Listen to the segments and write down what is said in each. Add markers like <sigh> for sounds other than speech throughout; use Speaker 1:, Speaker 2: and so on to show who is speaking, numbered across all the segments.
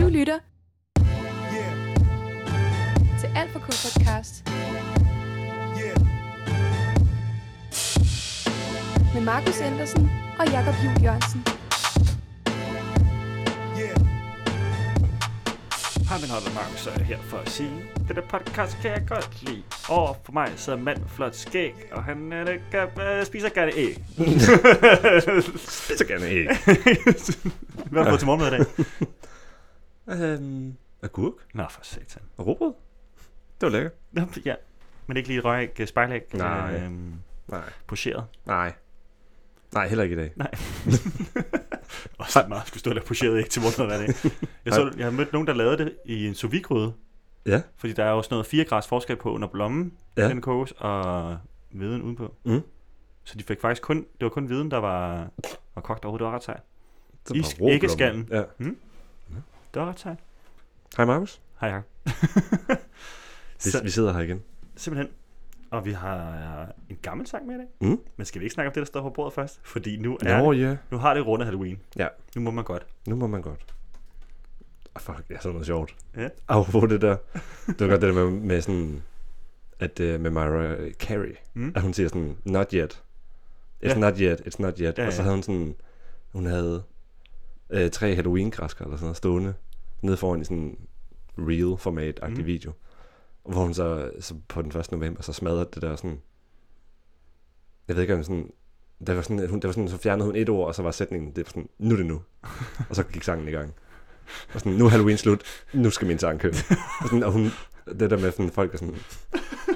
Speaker 1: lytter til Alt for K podcast med Markus Andersen og Jakob Juhl Jørgensen.
Speaker 2: Hej, min holder Markus, og jeg er her for at sige, det der podcast kan jeg godt lide. Og for mig sidder en mand med flot skæg, og han øh, det gør, øh, spiser gerne æg.
Speaker 3: Det er så gerne æg.
Speaker 2: <laughs> Hvad har du fået til morgenmad i dag?
Speaker 3: øhm, agurk
Speaker 2: Nå, for satan.
Speaker 3: og råbrød. Det var lækkert.
Speaker 2: Nå, ja. Men ikke lige et røgæg, øh, spejlæg,
Speaker 3: Nej.
Speaker 2: øh, øhm,
Speaker 3: Nej.
Speaker 2: pocheret.
Speaker 3: Nej. Nej, heller ikke i dag.
Speaker 2: Også lidt meget, skulle stå <laughs> og lave pocheret æg til morgenmad hver dag. Jeg, så, jeg har mødt nogen, der lavede det i en sous vide
Speaker 3: Ja.
Speaker 2: Fordi der er jo sådan noget 4 grads forskel på, når blommen ja.
Speaker 3: Ja.
Speaker 2: den koges, og viden udenpå.
Speaker 3: Mm.
Speaker 2: Så de fik faktisk kun, det var kun viden, der var, var kogt overhovedet. Det var ret sejt.
Speaker 3: Så
Speaker 2: I
Speaker 3: bare råbrød.
Speaker 2: æggeskallen.
Speaker 3: Ja.
Speaker 2: Det var ret sejt.
Speaker 3: Hej Markus.
Speaker 2: Hej, Jacob.
Speaker 3: Vi,
Speaker 2: så,
Speaker 3: vi sidder her igen.
Speaker 2: simpelthen. Og vi har en gammel sang med i dag.
Speaker 3: Mm.
Speaker 2: Men skal vi ikke snakke om det, der står på bordet først? Fordi nu, er
Speaker 3: Nå
Speaker 2: det,
Speaker 3: ja.
Speaker 2: nu har det rundet Halloween.
Speaker 3: Ja.
Speaker 2: Nu må man godt.
Speaker 3: Nu må man godt. Oh, fuck, det er sådan noget sjovt.
Speaker 2: Ja.
Speaker 3: Au, hvor det der. Det var godt det der med, med sådan, at øh, med Myra Carey,
Speaker 2: Mm.
Speaker 3: mm. at hun siger sådan, not yet. It's
Speaker 2: Ja.
Speaker 3: yeah. not yet, it's not yet.
Speaker 2: Ja,
Speaker 3: Yeah, og så
Speaker 2: ja.
Speaker 3: havde hun sådan, hun havde øh, tre Halloween-græsker eller sådan noget stående, nede foran i sådan real format agtig
Speaker 2: Mm.
Speaker 3: mm. video. Hvor hun så, så på den 1. november, så smadrede det der sådan, jeg ved ikke om sådan, der var sådan, at hun, der var sådan, så fjernede hun et ord, og så var sætningen, det var sådan, nu er det
Speaker 2: <laughs>
Speaker 3: nu. Og så gik sangen i gang. Og sådan, nu er Halloween slut, nu skal min sang køre. Og, sådan, og hun, det der med sådan, folk er sådan,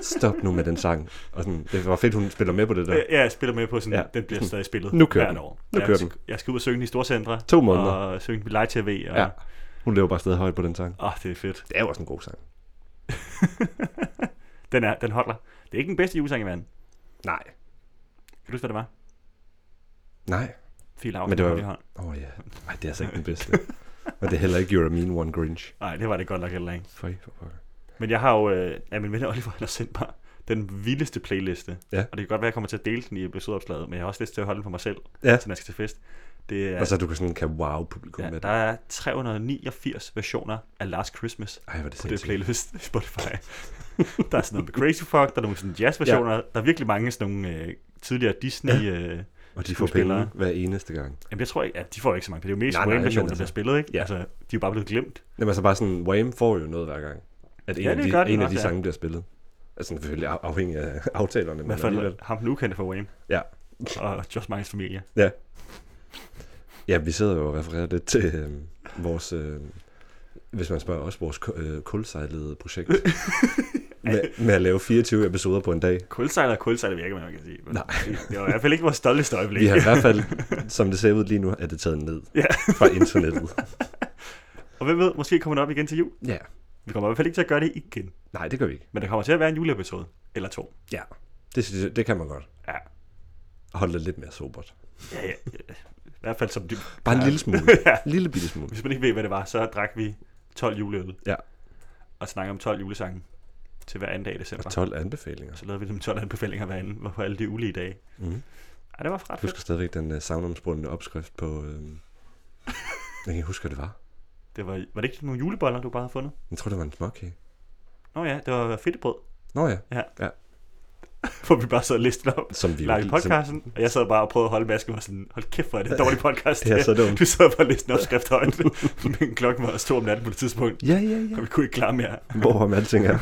Speaker 3: stop nu med den sang. Og sådan, det var fedt, hun spiller med på det der.
Speaker 2: Øh, Ja, jeg spiller med på sådan, ja.
Speaker 3: Altså. Ja.
Speaker 2: den bliver stadig spillet
Speaker 3: Nu kører
Speaker 2: hvert
Speaker 3: den.
Speaker 2: år.
Speaker 3: Nu
Speaker 2: jeg,
Speaker 3: kører
Speaker 2: skal-
Speaker 3: den.
Speaker 2: Jeg skal ud og synge den i Storcenter.
Speaker 3: To måneder.
Speaker 2: Og synge på live tv. Og,
Speaker 3: Ja, hun løber bare stadig højt på den sang.
Speaker 2: Åh, det er fedt. <laughs>
Speaker 3: Det er jo også en god sang.
Speaker 2: Den, er, den holder. Det er ikke den bedste julesang i verden.
Speaker 3: Nej.
Speaker 2: Kan du huske, hvad det var?
Speaker 3: Nej.
Speaker 2: Fil af.
Speaker 3: Men det var- Åh oh, ja. Nej, det er altså ikke den bedste. Og det er heller ikke You're a Mean One Grinch.
Speaker 2: Nej, det var det godt nok heller ikke.
Speaker 3: Føj for pokker.
Speaker 2: Men jeg har jo... Øh, ja, min ven <laughs> Oliver han har sendt mig den vildeste playliste.
Speaker 3: Ja.
Speaker 2: Og det kan godt være, at jeg kommer til at dele den i episodeopslaget, men jeg har også lyst til at holde den for mig selv,
Speaker 3: Ja.
Speaker 2: til når jeg skal til fest. Det er,
Speaker 3: Og så du kan sådan kan wow publikum
Speaker 2: ja,
Speaker 3: med
Speaker 2: der
Speaker 3: det.
Speaker 2: er 389 versioner af Last Christmas
Speaker 3: Ej, hvor er det
Speaker 2: på det
Speaker 3: sindssygt.
Speaker 2: playlist i Spotify. <laughs> der er sådan noget med Crazy Fuck, der er nogle sådan jazz-versioner, ja. der er virkelig mange sådan nogle øh, tidligere Disney... Ja.
Speaker 3: Og
Speaker 2: Øh,
Speaker 3: de får
Speaker 2: skuespillere.
Speaker 3: penge hver eneste gang.
Speaker 2: jamen jeg tror ikke, at de får jo ikke så mange, det er jo mest
Speaker 3: Nej, nej,
Speaker 2: Wayne-versioner,
Speaker 3: men
Speaker 2: der
Speaker 3: altså-
Speaker 2: bliver spillet, ikke?
Speaker 3: Ja.
Speaker 2: Altså, de er jo bare blevet glemt.
Speaker 3: Jamen altså bare sådan, Wham får jo noget hver gang. At en
Speaker 2: Ja,
Speaker 3: ja, af
Speaker 2: det
Speaker 3: de,
Speaker 2: gør de
Speaker 3: en af
Speaker 2: nok,
Speaker 3: de
Speaker 2: ja.
Speaker 3: sange bliver spillet. Altså selvfølgelig af- afhængig af aftalerne,
Speaker 2: Men
Speaker 3: men alligevel.
Speaker 2: for ham den ukendte for Wayne.
Speaker 3: Ja.
Speaker 2: Og Josh Mangens familie.
Speaker 3: Ja. Ja, vi sidder jo og refererer lidt til øhm, vores, øh, hvis man spørger os, vores ku- øh, kulsejlede
Speaker 2: <laughs>
Speaker 3: projekt. med, med at lave 24 episoder på en dag.
Speaker 2: Kulsejler og kulsejler virker, man kan sige. Men
Speaker 3: Nej.
Speaker 2: Det var i hvert fald ikke vores stolteste øjeblik.
Speaker 3: Vi har i hvert fald, som det ser ud lige nu, er det taget ned
Speaker 2: Ja.
Speaker 3: fra internettet.
Speaker 2: <laughs> Og hvem ved, måske kommer det op igen til jul.
Speaker 3: Ja.
Speaker 2: Vi kommer i hvert fald ikke til at gøre det igen.
Speaker 3: Nej, det gør vi ikke.
Speaker 2: Men der kommer til at være en juleepisode. Eller to.
Speaker 3: Ja. Det, synes jeg- det kan man godt.
Speaker 2: Ja.
Speaker 3: Holde det lidt mere sobert.
Speaker 2: ja, ja, ja. I hvert fald som de...
Speaker 3: Bare en lille
Speaker 2: <laughs>
Speaker 3: smule. En lille bitte smule.
Speaker 2: Hvis man ikke ved, hvad det var, så drak vi 12 juleøl.
Speaker 3: Ja.
Speaker 2: Og snakkede om 12 julesange til hver anden dag i december.
Speaker 3: Og 12 anbefalinger.
Speaker 2: Så lavede vi dem 12 anbefalinger hver anden, på alle de ulige dage.
Speaker 3: Mhm.
Speaker 2: Ja, det var ret
Speaker 3: Jeg husker
Speaker 2: fedt.
Speaker 3: stadigvæk den uh, savnomspundende opskrift på... Øh... Jeg kan ikke huske, hvad det var.
Speaker 2: Det var, var det ikke nogle juleboller, du bare havde fundet?
Speaker 3: Jeg tror, det var en småkage.
Speaker 2: Nå ja, det var fedtebrød, <laughs>
Speaker 3: Nå ja.
Speaker 2: hvor vi bare sad og listede op.
Speaker 3: Som vi jo
Speaker 2: live i
Speaker 3: ikke-
Speaker 2: podcasten, og jeg sad bare og prøvede at holde masken og var sådan, hold kæft, hvor er det en dårlig podcast.
Speaker 3: Det er
Speaker 2: <laughs>
Speaker 3: så dumt.
Speaker 2: Du sad bare og læste en opskrift højt, <laughs> men klokken var også to om natten på det tidspunkt,
Speaker 3: Som... <laughs> Ja, ja, ja.
Speaker 2: og vi kunne ikke klare mere.
Speaker 3: Hvor om alting er.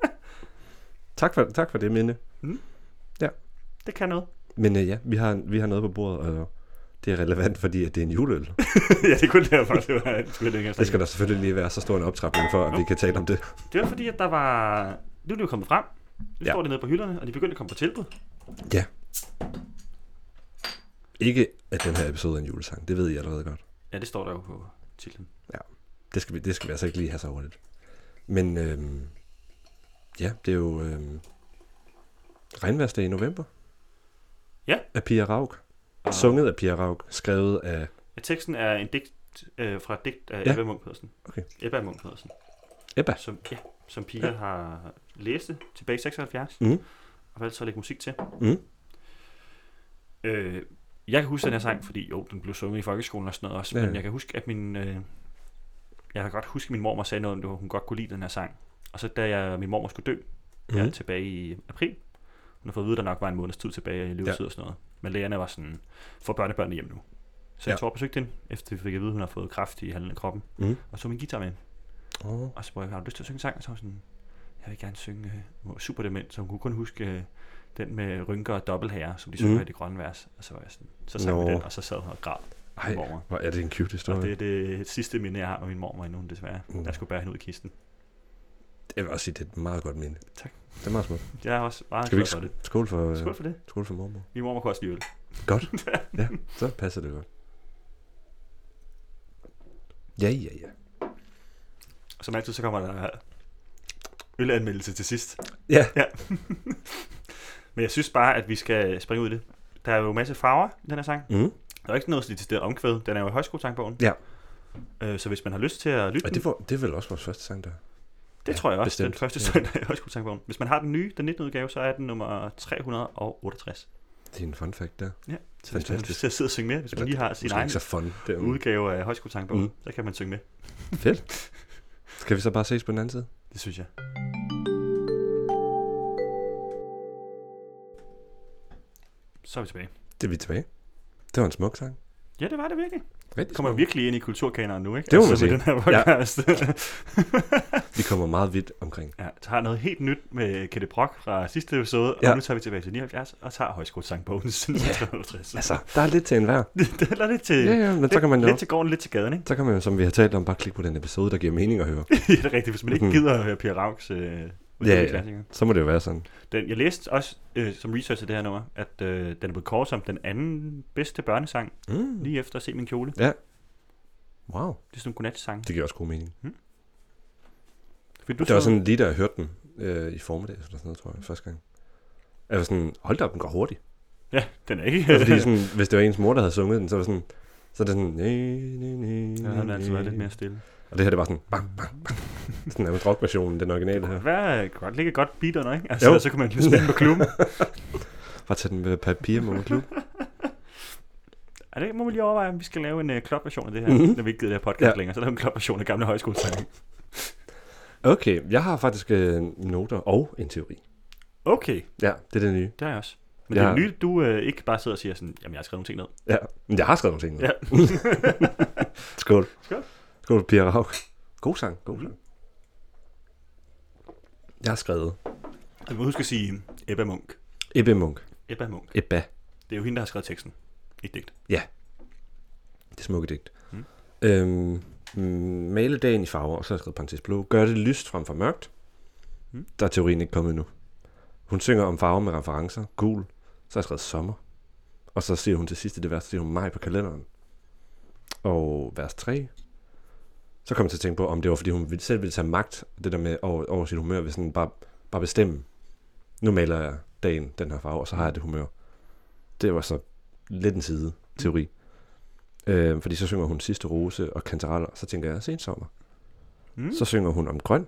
Speaker 3: <laughs> tak, for, tak for det, Minde.
Speaker 2: Det kan noget.
Speaker 3: Men uh, ja, vi har, vi har noget på bordet, og det er relevant, fordi at det er en juleøl.
Speaker 2: <laughs> ja, det kunne derfor, det var det skulle jeg ikke
Speaker 3: Det
Speaker 2: engang
Speaker 3: skal der selvfølgelig lige være så stor en optrapning for, at vi kan tale om det.
Speaker 2: snakke. Det var fordi, at der var... Nu er det jo kommet frem. Nu
Speaker 3: Ja.
Speaker 2: står det nede på hylderne, og de begyndte at komme på tilbud.
Speaker 3: Ja. Ikke, at den her episode er en julesang. Det ved I allerede godt.
Speaker 2: Ja, det står der jo på titlen.
Speaker 3: Det skal vi, det skal vi altså ikke lige have så hurtigt. Men øhm, ja, det er jo øhm, regnværsdag i november.
Speaker 2: Ja.
Speaker 3: Af Pia Rauk. Sunget af Pia Rauk. Skrevet af...
Speaker 2: Ja, teksten er en digt øh, fra et digt af
Speaker 3: Ja.
Speaker 2: Ebba Munk Pedersen.
Speaker 3: Okay.
Speaker 2: Ebba Munk Pedersen.
Speaker 3: Ebba.
Speaker 2: Som, ja, som Pia ja. har læst tilbage i 76.
Speaker 3: Mm.
Speaker 2: Og valgte så at lægge musik til.
Speaker 3: Mm.
Speaker 2: Øh, jeg kan huske den her sang, fordi jo, den blev sunget i folkeskolen og sådan noget også, ja.
Speaker 3: Ja.
Speaker 2: men jeg kan huske, at min, øh, jeg kan godt huske, at min mormor sagde noget om, at hun godt kunne lide den her sang. Og så da jeg, min mormor skulle dø, her
Speaker 3: Mhm.
Speaker 2: tilbage i april, hun har fået at vide, at der nok var en måneds tid tilbage i levetid
Speaker 3: Ja.
Speaker 2: og sådan noget. Men lægerne var sådan, få børnebørnene hjem nu. Så jeg
Speaker 3: Ja.
Speaker 2: tog op og besøgte hende, efter vi fik at vide, at hun har fået kraft i halsen af kroppen.
Speaker 3: Mhm.
Speaker 2: Og så tog min guitar med.
Speaker 3: Oh.
Speaker 2: Og så spurgte jeg, har du lyst til at synge en sang? Og så var hun sådan, jeg vil gerne synge øh, hun var Super Dement, så hun kunne kun huske øh, den med rynker og dobbelthager, som de synger
Speaker 3: Mhm.
Speaker 2: i det grønne vers. Og så var jeg sådan, så sang vi
Speaker 3: Nå.
Speaker 2: den, og så sad hun og græd.
Speaker 3: Ej,
Speaker 2: mormor.
Speaker 3: hvor er det en cute
Speaker 2: Så
Speaker 3: historie.
Speaker 2: det er det sidste minde, jeg har med min mormor endnu, desværre.
Speaker 3: Uh.
Speaker 2: Jeg skulle bære hende ud i kisten.
Speaker 3: Jeg vil også sige, det er et meget godt minde.
Speaker 2: Tak.
Speaker 3: Det er meget smukt.
Speaker 2: Jeg er også meget
Speaker 3: Skal vi
Speaker 2: glad
Speaker 3: ikke
Speaker 2: for det.
Speaker 3: sk- skåle for, øh,
Speaker 2: Skål for det.
Speaker 3: skåle for mormor?
Speaker 2: Min mormor kunne også lide øl. <laughs>
Speaker 3: Så passer det godt. Ja, ja, ja.
Speaker 2: Og som altid, så kommer der ølanmeldelse til sidst.
Speaker 3: Ja,
Speaker 2: Men jeg synes bare, at vi skal springe ud i det. Der er jo masse farver i den her sang.
Speaker 3: mm.
Speaker 2: Der er jo ikke noget sådan decideret omkvæd. Den er jo i højskolesangbogen.
Speaker 3: Ja.
Speaker 2: Øh, så hvis man har lyst til at lytte
Speaker 3: og
Speaker 2: det,
Speaker 3: det, var, det er vel også vores første sang, der.
Speaker 2: det tror jeg også,
Speaker 3: bestemt.
Speaker 2: den første
Speaker 3: Ja.
Speaker 2: søndag i højskolesangbogen. Hvis man har den nye, den 19. udgave, så er den nummer 368.
Speaker 3: Det er en fun fact der.
Speaker 2: Ja, så hvis man har
Speaker 3: Fantastisk.
Speaker 2: lyst til at sidde og synge med, hvis man
Speaker 3: Eller
Speaker 2: lige har sin
Speaker 3: Måske
Speaker 2: egen
Speaker 3: ikke så fun. Det er
Speaker 2: udgave af højskolesangbogen,
Speaker 3: Mm.
Speaker 2: så kan man synge med.
Speaker 3: Fedt. Skal vi så bare ses på den anden side?
Speaker 2: Det synes jeg. Så er vi tilbage.
Speaker 3: Det er vi tilbage. Det var en smuk sang.
Speaker 2: Ja, det var det virkelig.
Speaker 3: Rigtig
Speaker 2: Vi kommer
Speaker 3: smuk.
Speaker 2: virkelig ind i kulturkaneren nu, ikke? Altså,
Speaker 3: Det må man sige.
Speaker 2: med den her podcast. <laughs>
Speaker 3: Vi kommer meget vidt omkring.
Speaker 2: ja, tager noget helt nyt med Kette Brock fra sidste episode, ja.
Speaker 3: Ja.
Speaker 2: og nu tager vi tilbage til 79 og tager højskolesangbogen siden
Speaker 3: Ja.
Speaker 2: 1953.
Speaker 3: Altså, der er lidt til enhver.
Speaker 2: det er lidt til,
Speaker 3: Ja, ja, men så kan man jo...
Speaker 2: lidt til gården, lidt til gaden, ikke? <laughs>
Speaker 3: Så kan man jo, som vi har talt om, bare klikke på den episode, der giver mening at høre.
Speaker 2: det er rigtigt, hvis man ikke
Speaker 3: Mhm.
Speaker 2: gider at høre Pia Rauks øh,
Speaker 3: Ja,
Speaker 2: ja,
Speaker 3: ja.
Speaker 2: klassiker.
Speaker 3: Så må det jo være sådan.
Speaker 2: Den, jeg læste også øh, som research i det her nummer, at øh, den er blevet kåret som den anden bedste børnesang,
Speaker 3: Mm.
Speaker 2: lige efter at se min kjole.
Speaker 3: Wow.
Speaker 2: Det er sådan en godnatsang.
Speaker 3: Det giver også god mening.
Speaker 2: Fik du
Speaker 3: Det var
Speaker 2: så-
Speaker 3: sådan lige, da jeg hørte den øh, i formiddag, eller sådan noget, tror jeg, første gang. Jeg var sådan, hold da op, den går hurtigt.
Speaker 2: Ja, den er ikke...
Speaker 3: Fordi sådan, hvis det var ens mor, der havde sunget den, så var sådan, så er det sådan, næ, næ, næ,
Speaker 2: Ja, <laughs> den har altid været lidt
Speaker 3: næ.
Speaker 2: mere stille.
Speaker 3: Og det her, det var sådan, bang, bang, bang. Sådan nærmest rockversionen, den originale her.
Speaker 2: Hvad kan godt ligge et godt beat under, ikke? Altså,
Speaker 3: Jo.
Speaker 2: så kan man lige spille på klubben.
Speaker 3: Bare tage den med papir med klub.
Speaker 2: Ja, det må vi lige overveje, om vi skal lave en uh, klubversion af det her,
Speaker 3: Mhm.
Speaker 2: når vi ikke gider det her podcast ja.
Speaker 3: Ja.
Speaker 2: længere. Så laver vi en klubversion af gamle højskolesange.
Speaker 3: Okay, jeg har faktisk øh, noter og en teori.
Speaker 2: Okay,
Speaker 3: Ja, det er det nye.
Speaker 2: det har jeg også. Men
Speaker 3: Ja.
Speaker 2: det er nyt, du uh, ikke bare sidder og siger sådan, jamen jeg har skrevet nogle ting ned.
Speaker 3: Ja, men jeg har skrevet nogle ting ned.
Speaker 2: Ja.
Speaker 3: <laughs> Skål.
Speaker 2: Skål.
Speaker 3: Skål, Pia Rauk. God sang, god sang. Jeg har skrevet
Speaker 2: Jeg må huske at sige Ebba Munk.
Speaker 3: Ebbe Munk.
Speaker 2: Ebba Munk.
Speaker 3: Ebba.
Speaker 2: Det er jo hende, der har skrevet teksten. Ikke digt.
Speaker 3: Det smukke digt.
Speaker 2: Mm.
Speaker 3: Mm. Øhm, mm, male dagen i farver, og så har jeg skrevet parentes blå. Gør det lyst frem for mørkt.
Speaker 2: Mm.
Speaker 3: Mm. Der er teorien ikke kommet endnu. Hun synger om farver med referencer. Gul. Så har jeg skrevet sommer. Og så siger hun til sidst i det vers, så siger hun maj på kalenderen. Og vers 3. Så kom jeg til at tænke på, om det var, fordi hun ville- selv ville tage magt, det der med over, over sit humør, hvis sådan bare, bare bestemme. Nu maler jeg dagen den her farve, og så har jeg det humør. Det var så lidt en side teori. Øh, fordi så synger hun Sidste Rose og Kantareller, og så tænker jeg, sensommer.
Speaker 2: Mm.
Speaker 3: Mm. Så synger hun om grøn,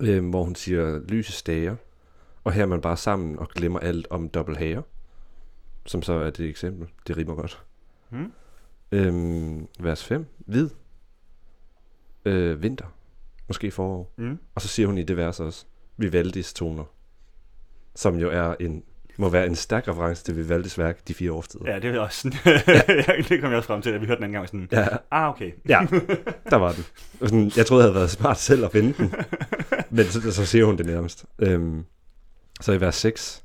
Speaker 3: øh, hvor hun siger lyse stager, og her er man bare sammen og glemmer alt om dobbelt hager, som så er det eksempel. Det rimer godt.
Speaker 2: Mm.
Speaker 3: Øhm, vers 5. Hvid. Øh, vinter. Måske forår.
Speaker 2: Mm.
Speaker 3: Og så siger hun i det vers også, Vivaldis toner, som jo er en, må være en stærk reference til Vivaldis værk, De fire årstider.
Speaker 2: Ja, det er også sådan. <laughs> det kom jeg også frem til, at vi hørte den anden gang sådan,
Speaker 3: ja.
Speaker 2: ah, okay.
Speaker 3: Ja, der var den. Og Sådan, jeg troede, jeg havde været smart selv at finde den. Men så, så siger hun det nærmest. Øhm, så i vers 6,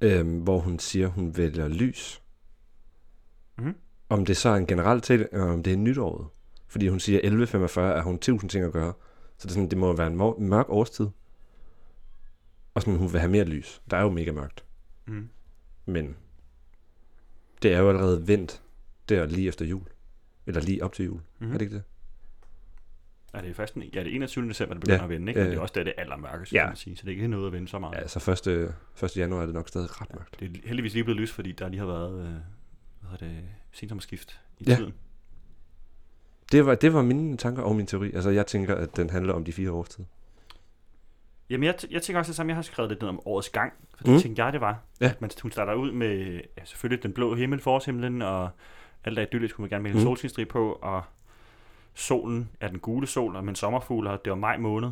Speaker 3: øhm, hvor hun siger, hun vælger lys.
Speaker 2: Mhm.
Speaker 3: Mm-hmm. Om det så er en generel til, eller om det er nytåret. Fordi hun siger, 11.45 er hun 1000 ting at gøre. Så det, er sådan, det må jo være en mor- mørk årstid. Og sådan, hun vil have mere lys. Der er jo mega mørkt.
Speaker 2: Mm.
Speaker 3: Men det er jo allerede vendt der lige efter jul. Eller lige op til jul. Mm-hmm.
Speaker 2: Mhm.
Speaker 3: Er det ikke det?
Speaker 2: Er det er først den, ja, det er 21. december, det begynder ja.
Speaker 3: Ja,
Speaker 2: at vende, ikke? Men
Speaker 3: ja,
Speaker 2: det er
Speaker 3: ja.
Speaker 2: også der, det allermørkeste, ja.
Speaker 3: Ja.
Speaker 2: kan man sige. Så det er ikke noget at vende så meget.
Speaker 3: Ja, så 1. 1. januar er det nok stadig ret mørkt.
Speaker 2: Det er heldigvis lige blevet lys, fordi der lige har været, øh, hvad hedder det, sensommerskift i ja.
Speaker 3: Ja.
Speaker 2: tiden.
Speaker 3: Det var, det var mine tanker og min teori. Altså, jeg tænker, at den handler om de fire årstider.
Speaker 2: Jamen, jeg, t- jeg tænker også det samme. Jeg har skrevet lidt ned om årets gang, for det mm.
Speaker 3: Mm.
Speaker 2: tænkte jeg, det var.
Speaker 3: Ja.
Speaker 2: At man, hun starter ud med ja, selvfølgelig den blå himmel, forårshimlen, og alt er idyllisk, hun vil gerne male en
Speaker 3: Mm.
Speaker 2: solskinstrig på, og solen er den gule sol, og min sommerfugl, og det var maj måned.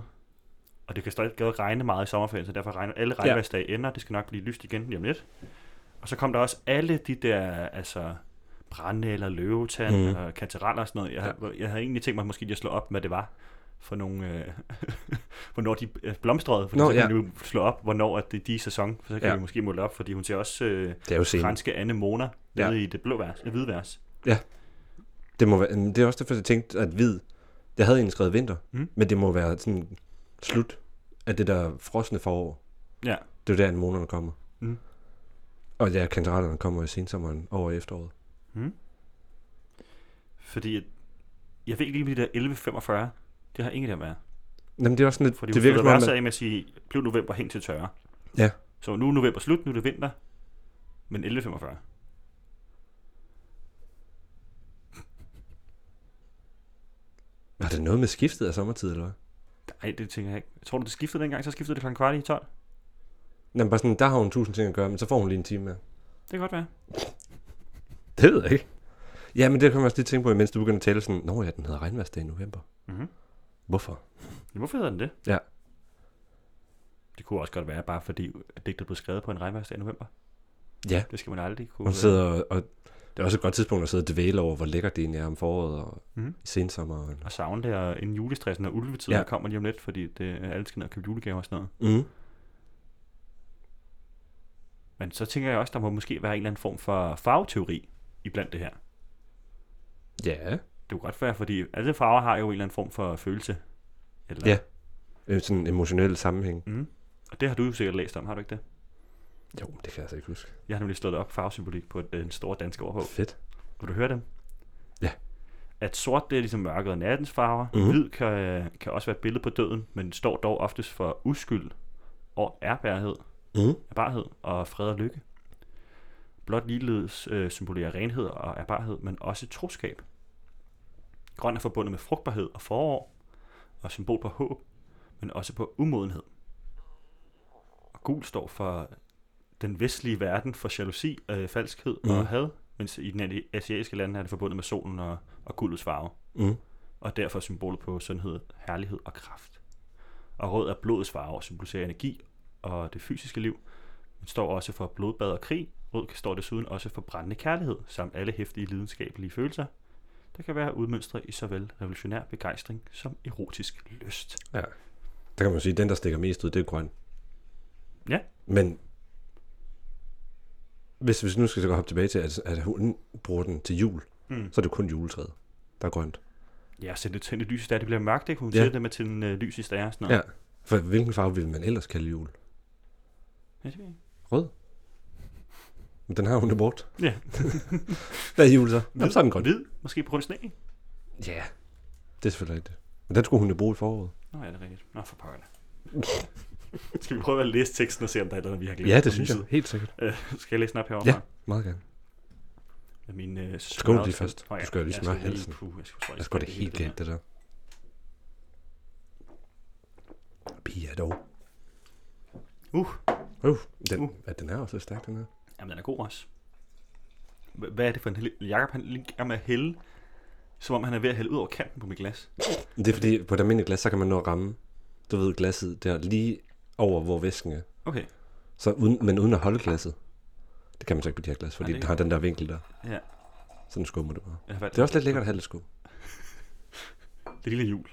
Speaker 2: Og det kan stadig godt regne meget i sommerferien, så derfor regner alle regnværsdage ja. ender. Det skal nok blive lyst igen lige om lidt. Og så kom der også alle de der, altså brænde eller løvetand
Speaker 3: Mhm.
Speaker 2: mm. og kateraller og sådan noget. Jeg, ja. jeg havde egentlig tænkt mig måske lige at slå op, hvad det var for nogle, øh, hvornår de øh, blomstrede, for
Speaker 3: Nå,
Speaker 2: Nå, så kan
Speaker 3: ja.
Speaker 2: ja. vi jo slå op, hvornår at det er de i sæson, for så kan
Speaker 3: Ja.
Speaker 2: ja. vi måske måle op, fordi hun ser også øh,
Speaker 3: Det er jo sent.
Speaker 2: franske Anne Mona
Speaker 3: Ja.
Speaker 2: nede i det blå vers, det hvide vers.
Speaker 3: Det, må være, men det er også derfor, jeg tænkte, at hvid... Jeg havde egentlig skrevet vinter, mm.
Speaker 2: Mm.
Speaker 3: men det må være sådan slut af det der frosne forår.
Speaker 2: Ja.
Speaker 3: Det er jo der, anemonerne kommer.
Speaker 2: Mm.
Speaker 3: Og ja, kantarellerne kommer i sensommeren over efteråret.
Speaker 2: Fordi at- jeg ved ikke lige, om de der 11.45, det har ingen af dem været.
Speaker 3: Jamen, det er også sådan lidt...
Speaker 2: Fordi
Speaker 3: det virker som om,
Speaker 2: så
Speaker 3: at-
Speaker 2: af med at sige, blev november hen til tørre.
Speaker 3: Ja.
Speaker 2: Så nu er november slut, nu er det vinter, men 11.45.
Speaker 3: Var det noget med skiftet af sommertid, eller hvad?
Speaker 2: Nej, det tænker jeg ikke. Tror du, det skiftede dengang? Så skiftede det klokken kvart i 12?
Speaker 3: Jamen, bare sådan, der har hun tusind ting at gøre, men så får hun lige en time mere.
Speaker 2: Det kan godt være.
Speaker 3: Det ved jeg ikke. Ja, men det kan man også lige tænke på, mens du begynder at tale sådan, Nå ja, den hedder regnværsdag i november.
Speaker 2: Mm-hmm.
Speaker 3: Hvorfor?
Speaker 2: Hvorfor hedder den det?
Speaker 3: Mhm. Ja.
Speaker 2: Det kunne også godt være, bare fordi at digtet blev skrevet på en regnværsdag i november.
Speaker 3: Ja.
Speaker 2: Det skal man aldrig kunne... øh,
Speaker 3: Hun sidder og, og det er også et godt tidspunkt at sidde og dvæle over, hvor lækkert det egentlig er om foråret og
Speaker 2: Mhm.
Speaker 3: i sensommeren.
Speaker 2: og savne det, og inden julestressen og ulvetiden
Speaker 3: Ja.
Speaker 2: ja. kommer lige om lidt, fordi det, øh, alle skal ned og købe julegaver og sådan noget.
Speaker 3: Mm.
Speaker 2: Men så tænker jeg også, der må måske være en eller anden form for farveteori iblandt det her.
Speaker 3: Ja.
Speaker 2: Det kunne godt være, fordi alle farver har jo en eller anden form for følelse. Eller,
Speaker 3: Ja. Øh, Sådan en emotionel sammenhæng.
Speaker 2: Mm. Og det har du jo sikkert læst om, har du ikke det?
Speaker 3: Jo, men det kan jeg altså ikke huske.
Speaker 2: Jeg har nemlig slået op farvesymbolik på den store danske ordbog.
Speaker 3: Fedt.
Speaker 2: Vil du høre dem?
Speaker 3: Ja.
Speaker 2: At sort, det er ligesom mørket og nattens farver.
Speaker 3: Mhm.
Speaker 2: Mm-hmm. Hvid kan, kan også være et billede på døden, men står dog oftest for uskyld og ærbærhed,
Speaker 3: Mm.
Speaker 2: ærbarhed og fred og lykke. Blåt ligeledes øh, symbolerer renhed og ærbarhed, men også troskab. Grøn er forbundet med frugtbarhed og forår, og symbol på håb, men også på umodenhed. Og gul står for den vestlige verden for jalousi, øh, falskhed mm.
Speaker 3: Mhm.
Speaker 2: og had, mens i den asiatiske lande er det forbundet med solen og, og guldets farve,
Speaker 3: Mm.
Speaker 2: og derfor symbolet på sundhed, herlighed og kraft. Og rød er blodets farve, og symboliserer energi og det fysiske liv, men står også for blodbad og krig. Rød står desuden også for brændende kærlighed, samt alle hæftige lidenskabelige følelser, der kan være udmønstret i såvel revolutionær begejstring som erotisk lyst.
Speaker 3: Ja. Der kan man sige, at den, der stikker mest ud, det er grøn.
Speaker 2: Ja.
Speaker 3: Men hvis hvis nu skal jeg hoppe tilbage til, at, at hun bruger den til jul, mm.
Speaker 2: Mm.
Speaker 3: så er det kun juletræet, der er grønt.
Speaker 2: Ja, så det tændte lys i stær, det bliver mørkt, ikke? Hun
Speaker 3: Ja.
Speaker 2: ja. det med til en øh, lys i stær og sådan noget.
Speaker 3: Ja. For hvilken farve vil man ellers kalde jul?
Speaker 2: Ja, det ved jeg ikke.
Speaker 3: Rød. Men den har hun da brugt.
Speaker 2: Ja.
Speaker 3: Hvad er jul så? Jamen, så er den grøn.
Speaker 2: Hvid, måske på grund af sne, ikke?
Speaker 3: Ja. Det er selvfølgelig rigtigt. Men den skulle hun jo bruge i foråret.
Speaker 2: Nå, ja, det er rigtigt. Nå, for pokker da.
Speaker 3: <laughs>
Speaker 2: Skal vi prøve at læse teksten og se, om der er noget, vi har glemt?
Speaker 3: Ja,
Speaker 2: på
Speaker 3: det synes jeg.
Speaker 2: lyset?
Speaker 3: Helt sikkert.
Speaker 2: Øh, skal jeg læse den op herovre?
Speaker 3: Ja. Meget gerne.
Speaker 2: Med min, øh,
Speaker 3: Skål lige
Speaker 2: smørredsel-
Speaker 3: først.
Speaker 2: Nå
Speaker 3: Du skal jo lige
Speaker 2: jeg
Speaker 3: smøre
Speaker 2: skal lige-
Speaker 3: halsen.
Speaker 2: Puh, jeg skulle tror, jeg
Speaker 3: Jeg
Speaker 2: skal
Speaker 3: skulle det
Speaker 2: hele
Speaker 3: helt galt, det der. Pia dog.
Speaker 2: der. Uh,
Speaker 3: Uh, den,
Speaker 2: Uh.
Speaker 3: ja, den er også lidt stærk, den her.
Speaker 2: Jamen, den er god også. H- Hvad er det for en hel... Jakob, han lige er med at hælde, som om han er ved at hælde ud over kanten på mit glas.
Speaker 3: Det er fordi, på et almindeligt glas, så kan man nå at ramme, du ved, glasset der lige over, hvor væsken er.
Speaker 2: Okay,
Speaker 3: Så uden, men uden at holde glasset. Det kan man så ikke på de her glas, fordi
Speaker 2: det
Speaker 3: det
Speaker 2: kan
Speaker 3: har den der vinkel der.
Speaker 2: ja.
Speaker 3: Sådan skummer det bare.
Speaker 2: Jeg har valgt
Speaker 3: Det er også lidt lækkert at have lidt skum.
Speaker 2: Det lille jul.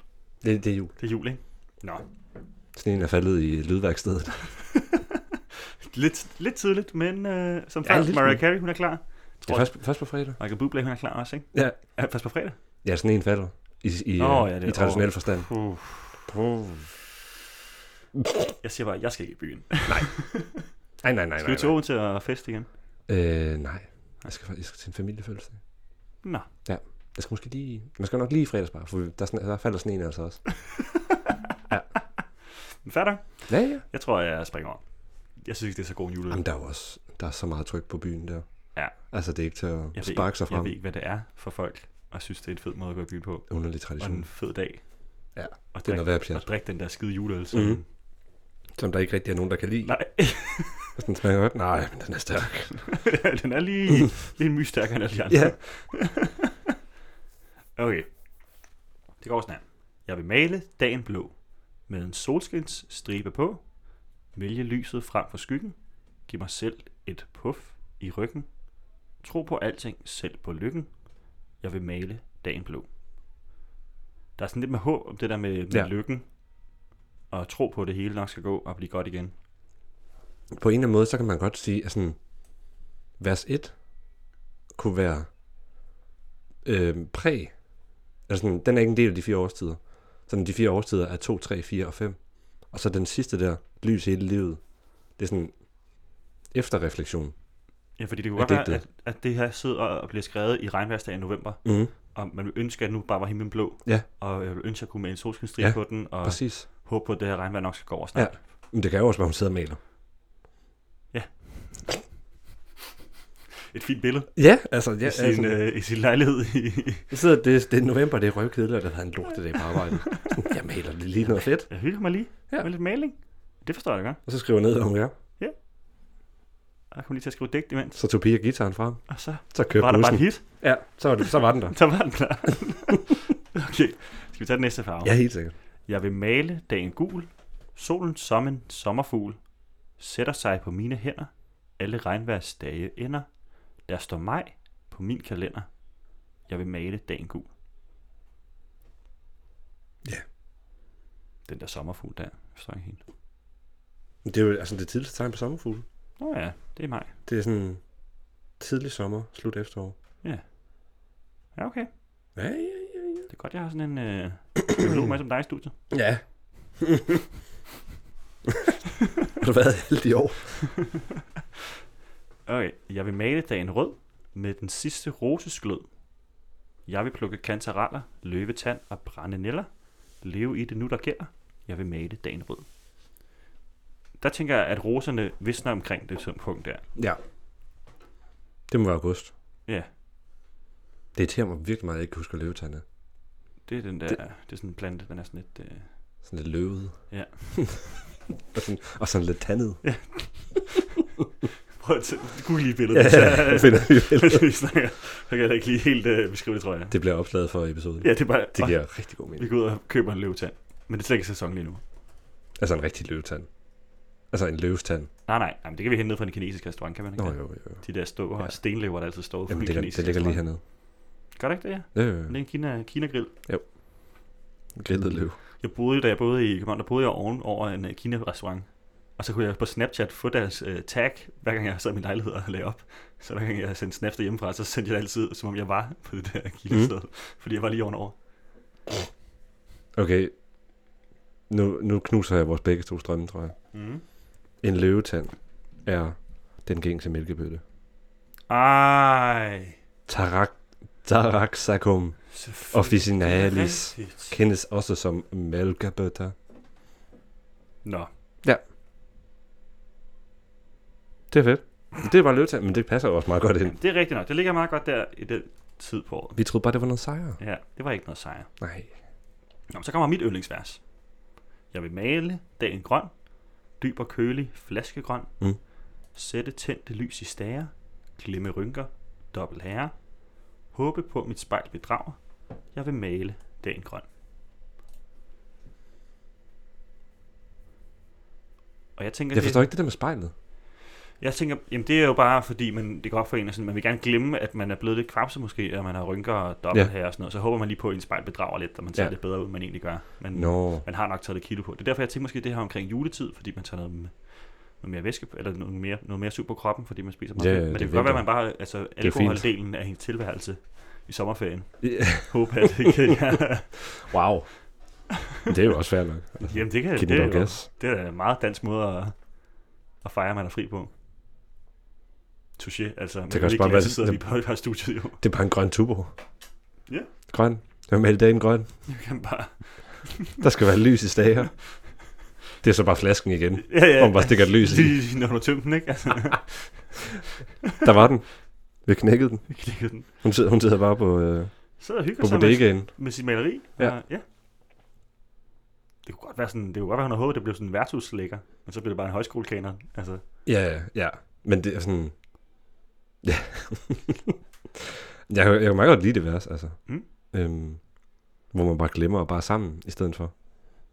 Speaker 3: Det, det er jul.
Speaker 2: Det er jul, ikke? Nå,
Speaker 3: Sneen er faldet i lydværkstedet.
Speaker 2: lidt, lidt tidligt, men øh, som
Speaker 3: Ja,
Speaker 2: ja,
Speaker 3: lidt,
Speaker 2: først, Mariah
Speaker 3: men-
Speaker 2: Carey, hun er klar.
Speaker 3: Det er
Speaker 2: Tror-
Speaker 3: først, først på fredag.
Speaker 2: Michael Bublé, hun er klar også, ikke?
Speaker 3: Ja,
Speaker 2: Er det først på fredag?
Speaker 3: ja sneen falder. I, i,
Speaker 2: Åh,
Speaker 3: oh,
Speaker 2: ja,
Speaker 3: ja,
Speaker 2: det
Speaker 3: i
Speaker 2: er-
Speaker 3: traditionel
Speaker 2: åh.
Speaker 3: forstand.
Speaker 2: Uh. Jeg siger bare, jeg skal ikke i byen.
Speaker 3: Ej, nej, nej,
Speaker 2: Skal
Speaker 3: nej.
Speaker 2: vi tog til at feste igen?
Speaker 3: nej. Øh, nej. Jeg skal, faktisk- jeg skal til en familiefødselsdag.
Speaker 2: Nå,
Speaker 3: Jeg skal måske lige... Man skal nok lige i fredagsbar, for der, er sådan- der falder sneen altså
Speaker 2: <laughs>
Speaker 3: også.
Speaker 2: men fatter.
Speaker 3: Ja, ja.
Speaker 2: Jeg tror, jeg springer over. Jeg synes ikke, det er så god en jule.
Speaker 3: Jamen, der er jo også der er så meget tryk på byen der.
Speaker 2: Ja.
Speaker 3: Altså, det er ikke til at
Speaker 2: jeg,
Speaker 3: sparke sig
Speaker 2: jeg
Speaker 3: frem.
Speaker 2: ved ikke, hvad det er for folk, og synes, det er en fed måde at gå i byen på.
Speaker 3: Underlig
Speaker 2: Og en
Speaker 3: tradition,
Speaker 2: fed dag.
Speaker 3: Ja,
Speaker 2: og
Speaker 3: det er
Speaker 2: drik,
Speaker 3: noget værd pjat.
Speaker 2: og drik den der skide juleøl.
Speaker 3: Mhm.
Speaker 2: Mm.
Speaker 3: som der ikke rigtig er nogen, der kan lide.
Speaker 2: Nej, <laughs>
Speaker 3: Hvis den smager godt, nej, men den er stærk.
Speaker 2: den er
Speaker 3: <laughs>
Speaker 2: lige, lige en my stærkere end alle de andre.
Speaker 3: Ja.
Speaker 2: Okay. Det går sådan her. Jeg vil male dagen blå med en solskins stribe på, vælge lyset frem for skyggen, give mig selv et puff i ryggen, tro på alting, selv på lykken. Jeg vil male dagen blå. Der er sådan lidt med håb om det der med, med ja.
Speaker 3: Ja.
Speaker 2: lykken, og tro på, at det hele nok skal gå og blive godt igen.
Speaker 3: på en eller anden måde, så kan man godt sige, at sådan, vers 1 kunne være øh, præg. Altså, sådan, den er ikke en del af de fire årstider. Sådan, de fire årstider er 2, 3, 4 og 5. Og så den sidste der, lys hele livet, det er sådan efterreflektion.
Speaker 2: Ja, fordi det kunne
Speaker 3: Ja,
Speaker 2: godt
Speaker 3: det
Speaker 2: være,
Speaker 3: er
Speaker 2: at, at det her sidder og bliver skrevet i regnværsdag i november,
Speaker 3: Mm,
Speaker 2: og man ville ønske, at nu bare var himlen blå,
Speaker 3: Ja.
Speaker 2: og jeg ville ønske, at jeg kunne male en solskinstrig ja.
Speaker 3: Ja,
Speaker 2: på den, og
Speaker 3: præcis.
Speaker 2: håbe på, at det her regnvejr nok skal gå over snart. Ja.
Speaker 3: Men det kan jo også være, hun sidder og maler.
Speaker 2: Et fint billede
Speaker 3: Ja, altså, ja,
Speaker 2: ja, i, sin,
Speaker 3: altså
Speaker 2: øh, i sin lejlighed. i-
Speaker 3: jeg sidder, det, det er november, det er røvkedeligt, og der havde en lort i dag på arbejde. jeg maler lige noget fedt,
Speaker 2: jeg hygger mig lige ja.
Speaker 3: Ja.
Speaker 2: med lidt maling. Det forstår jeg da godt.
Speaker 3: og så skriver jeg ned, hvad hun gør.
Speaker 2: Jeg kom lige til at skrive digt imens,
Speaker 3: Så tog piger gitaren frem,
Speaker 2: og så
Speaker 3: så kørte
Speaker 2: var der bare
Speaker 3: bussen.
Speaker 2: et hit. <laughs>
Speaker 3: Ja, så var, det, så var den der.
Speaker 2: Så var den klar. <laughs> okay, skal vi tage den næste farve?
Speaker 3: Ja, helt sikkert.
Speaker 2: Jeg vil male dagen gul. Solen som en sommerfugl sætter sig på mine hænder. Alle regnværsdage ender. Der står maj på min kalender. Jeg vil male dagen gul.
Speaker 3: Ja.
Speaker 2: Den der sommerfugl der, jeg forstår ikke helt.
Speaker 3: Men Det er jo altså det tidligste tegn på sommerfugle.
Speaker 2: Nå ja, det er maj.
Speaker 3: Det er sådan tidlig sommer, slut efterår.
Speaker 2: Ja, okay.
Speaker 3: Ja, ja, ja.
Speaker 2: Det er godt, jeg har sådan en øh, biolog med som dig i studiet.
Speaker 3: Ja. Har du været heldig i år?
Speaker 2: Okay, jeg vil male dagen rød med den sidste rosesglød. Jeg vil plukke kantareller, løvetand og brænde niller. Leve i det nu, der gælder. Jeg vil male dagen rød. Der tænker jeg, at roserne visner omkring det sådan punkt der.
Speaker 3: Ja. Det må være august.
Speaker 2: Ja,
Speaker 3: Det irriterer mig virkelig meget, at jeg ikke kan huske løvetegnet.
Speaker 2: det er den der, det,
Speaker 3: Det-
Speaker 2: det er sådan en plante, den er sådan lidt, øh,
Speaker 3: Sådan lidt løvet.
Speaker 2: Ja.
Speaker 3: <laughs> og, sådan, og sådan lidt tandet.
Speaker 2: prøv at t- google lige
Speaker 3: <laughs>
Speaker 2: billedet.
Speaker 3: Ja,
Speaker 2: hvis jeg-
Speaker 3: det finder vi vel.
Speaker 2: hvis vi snakker, <laughs> så kan jeg da ikke lige helt øh, beskrive det, tror jeg.
Speaker 3: Det bliver opslaget for episoden.
Speaker 2: Ja, det er bare,
Speaker 3: Det giver rigtig god
Speaker 2: vi
Speaker 3: mening.
Speaker 2: går ud og køber en løvetand. Men det er slet ikke sæson lige nu.
Speaker 3: Altså en rigtig løvetand. Altså en løvestand.
Speaker 2: Nej, nej, nej men det kan vi hente ned fra en kinesisk restaurant, kan man ikke
Speaker 3: Nå
Speaker 2: det?
Speaker 3: jo, jo, jo.
Speaker 2: De der stå og
Speaker 3: Ja.
Speaker 2: stenlever, der altid står ude for
Speaker 3: Jamen,
Speaker 2: den
Speaker 3: det, ligger-
Speaker 2: kinesiske
Speaker 3: det ligger lige
Speaker 2: restaurant.
Speaker 3: hernede.
Speaker 2: Gør det ikke det, ja?
Speaker 3: Jo, jo,
Speaker 2: Det
Speaker 3: jo.
Speaker 2: er en Kina, Kina-grill.
Speaker 3: Grillet løv.
Speaker 2: Jeg boede, jo- da jeg boede i København, der boede jeg oven over en uh, Kina-restaurant. Og så kunne jeg på Snapchat få deres uh, tag, hver gang jeg sad i min lejlighed og lagde op. Så hver gang jeg sendte snaps derhjemmefra, så sendte jeg det altid, som om jeg var på det der Kina-sted. Mm. Fordi jeg var lige ovenover.
Speaker 3: Okay. Nu, nu knuser jeg vores begge to strømme, tror jeg.
Speaker 2: Mm.
Speaker 3: En løvetand er den gængse mælkebøtte.
Speaker 2: Ej.
Speaker 3: Tarak, taraxacum
Speaker 2: selvfølgelig.
Speaker 3: officinalis
Speaker 2: Det er rigtigt.
Speaker 3: kendes også som mælkebøtter.
Speaker 2: Nå,
Speaker 3: Det er fedt. Det var løvetand, men det passer jo også meget godt ind.
Speaker 2: det er rigtigt nok. Det ligger meget godt der i den tid på året.
Speaker 3: Vi troede bare, det var noget sejr.
Speaker 2: Ja, det var ikke noget sejr.
Speaker 3: Nej.
Speaker 2: Nå, men så kommer mit yndlingsvers. Jeg vil male dagen grøn, dyb og kølig flaskegrøn,
Speaker 3: Mm.
Speaker 2: sætte tændte lys i stager, glemme rynker, dobbelt herre, håbe på mit spejl bedrager, jeg vil male dagen grøn. Og jeg tænker,
Speaker 3: Jeg forstår
Speaker 2: det,
Speaker 3: ikke det der med spejlet.
Speaker 2: jeg tænker, jamen det er jo bare fordi, man, det går op for en, og sådan, man vil gerne glemme, at man er blevet lidt kvapse måske, og man har rynker og dobbelt herre og sådan noget, så håber man lige på, at ens spejl bedrager lidt, og man ser ja.
Speaker 3: Ja.
Speaker 2: lidt bedre ud, end man egentlig gør. Men,
Speaker 3: Nå.
Speaker 2: man har nok taget lidt kilo på. Det er derfor, jeg tænker måske, det her omkring juletid, fordi man tager noget, noget mere væske, eller noget mere, noget mere super på kroppen, fordi man spiser meget.
Speaker 3: Ja,
Speaker 2: fedt.
Speaker 3: ja,
Speaker 2: Men det,
Speaker 3: det
Speaker 2: kan godt være, at man
Speaker 3: vælter.
Speaker 2: bare, altså
Speaker 3: er fint.
Speaker 2: alkoholdelen af hendes tilværelse i sommerferien.
Speaker 3: Ja.
Speaker 2: Håber, at det kan,
Speaker 3: <laughs>
Speaker 2: ja.
Speaker 3: <laughs> Wow. Det er jo også fair nok. Altså,
Speaker 2: Jamen, det kan
Speaker 3: Giv
Speaker 2: det,
Speaker 3: den
Speaker 2: er
Speaker 3: dog
Speaker 2: jo,
Speaker 3: gas.
Speaker 2: det er da en meget dansk måde at, at fejre, at man er fri på. Touché, altså. Det
Speaker 3: kan
Speaker 2: kan
Speaker 3: også
Speaker 2: også
Speaker 3: bare være-
Speaker 2: Så sidder vi
Speaker 3: det-
Speaker 2: på
Speaker 3: <laughs>
Speaker 2: et studiet jo.
Speaker 3: Det er bare en grøn tubo.
Speaker 2: Ja.
Speaker 3: Grøn. Jeg vil male dagen grøn.
Speaker 2: Jeg kan bare...
Speaker 3: Der skal være lys i stager. Det er så bare flasken igen.
Speaker 2: Ja, ja.
Speaker 3: Hvor man bare stikker et lys i.
Speaker 2: Lige når du har tømt den, ikke? <laughs> Altså,
Speaker 3: Der var den. Vi knækkede den.
Speaker 2: jeg klikkede den.
Speaker 3: Hun sidder, hun sidder bare på, øh,
Speaker 2: Sidder og hygger
Speaker 3: på
Speaker 2: sig med
Speaker 3: bodegaen.
Speaker 2: Med sit maleri?
Speaker 3: Ja.
Speaker 2: Og, ja. Det kunne godt være sådan, det kunne godt være, hun havde håbet, det blev sådan en værtshuslækker, men så blev det bare en højskolekaner. Altså,
Speaker 3: Ja, ja, ja. Men det er sådan... Ja. jeg, kan- jeg kan meget godt lide det vers, altså.
Speaker 2: Mm.
Speaker 3: Øhm, hvor man bare glemmer og bare er sammen i stedet for.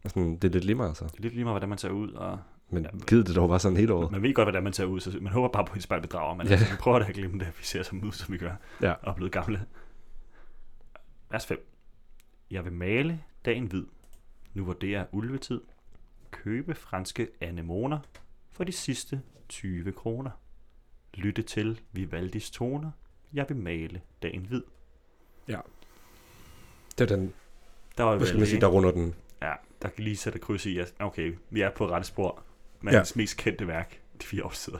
Speaker 3: Og sådan, det er lidt lige meget, så.
Speaker 2: Det er lidt lige meget, hvordan man tager ud, og
Speaker 3: Men
Speaker 2: Ja, men-
Speaker 3: givet det dog bare sådan hele året.
Speaker 2: man ved godt, hvordan man tager ud, så man håber bare på, at ens spejl bedrager, men
Speaker 3: Ja.
Speaker 2: ja. altså, vi prøver da at glemme det, at vi ser som ud, som vi gør,
Speaker 3: Ja.
Speaker 2: og er blevet gamle. Vers 5. Jeg vil male dagen hvid, nu hvor det er ulvetid. Købe franske anemoner for de sidste 20 kroner. Lytte til Vivaldis toner. Jeg vil male dagen hvid.
Speaker 3: Det er den,
Speaker 2: Der var
Speaker 3: hvad skal
Speaker 2: Vivaldi,
Speaker 3: man sige, der runder den.
Speaker 2: Ja, der kan lige sætte kryds i, at okay, vi er på rette spor med
Speaker 3: Ja.
Speaker 2: ja. hans mest kendte værk, De Fire Årstider.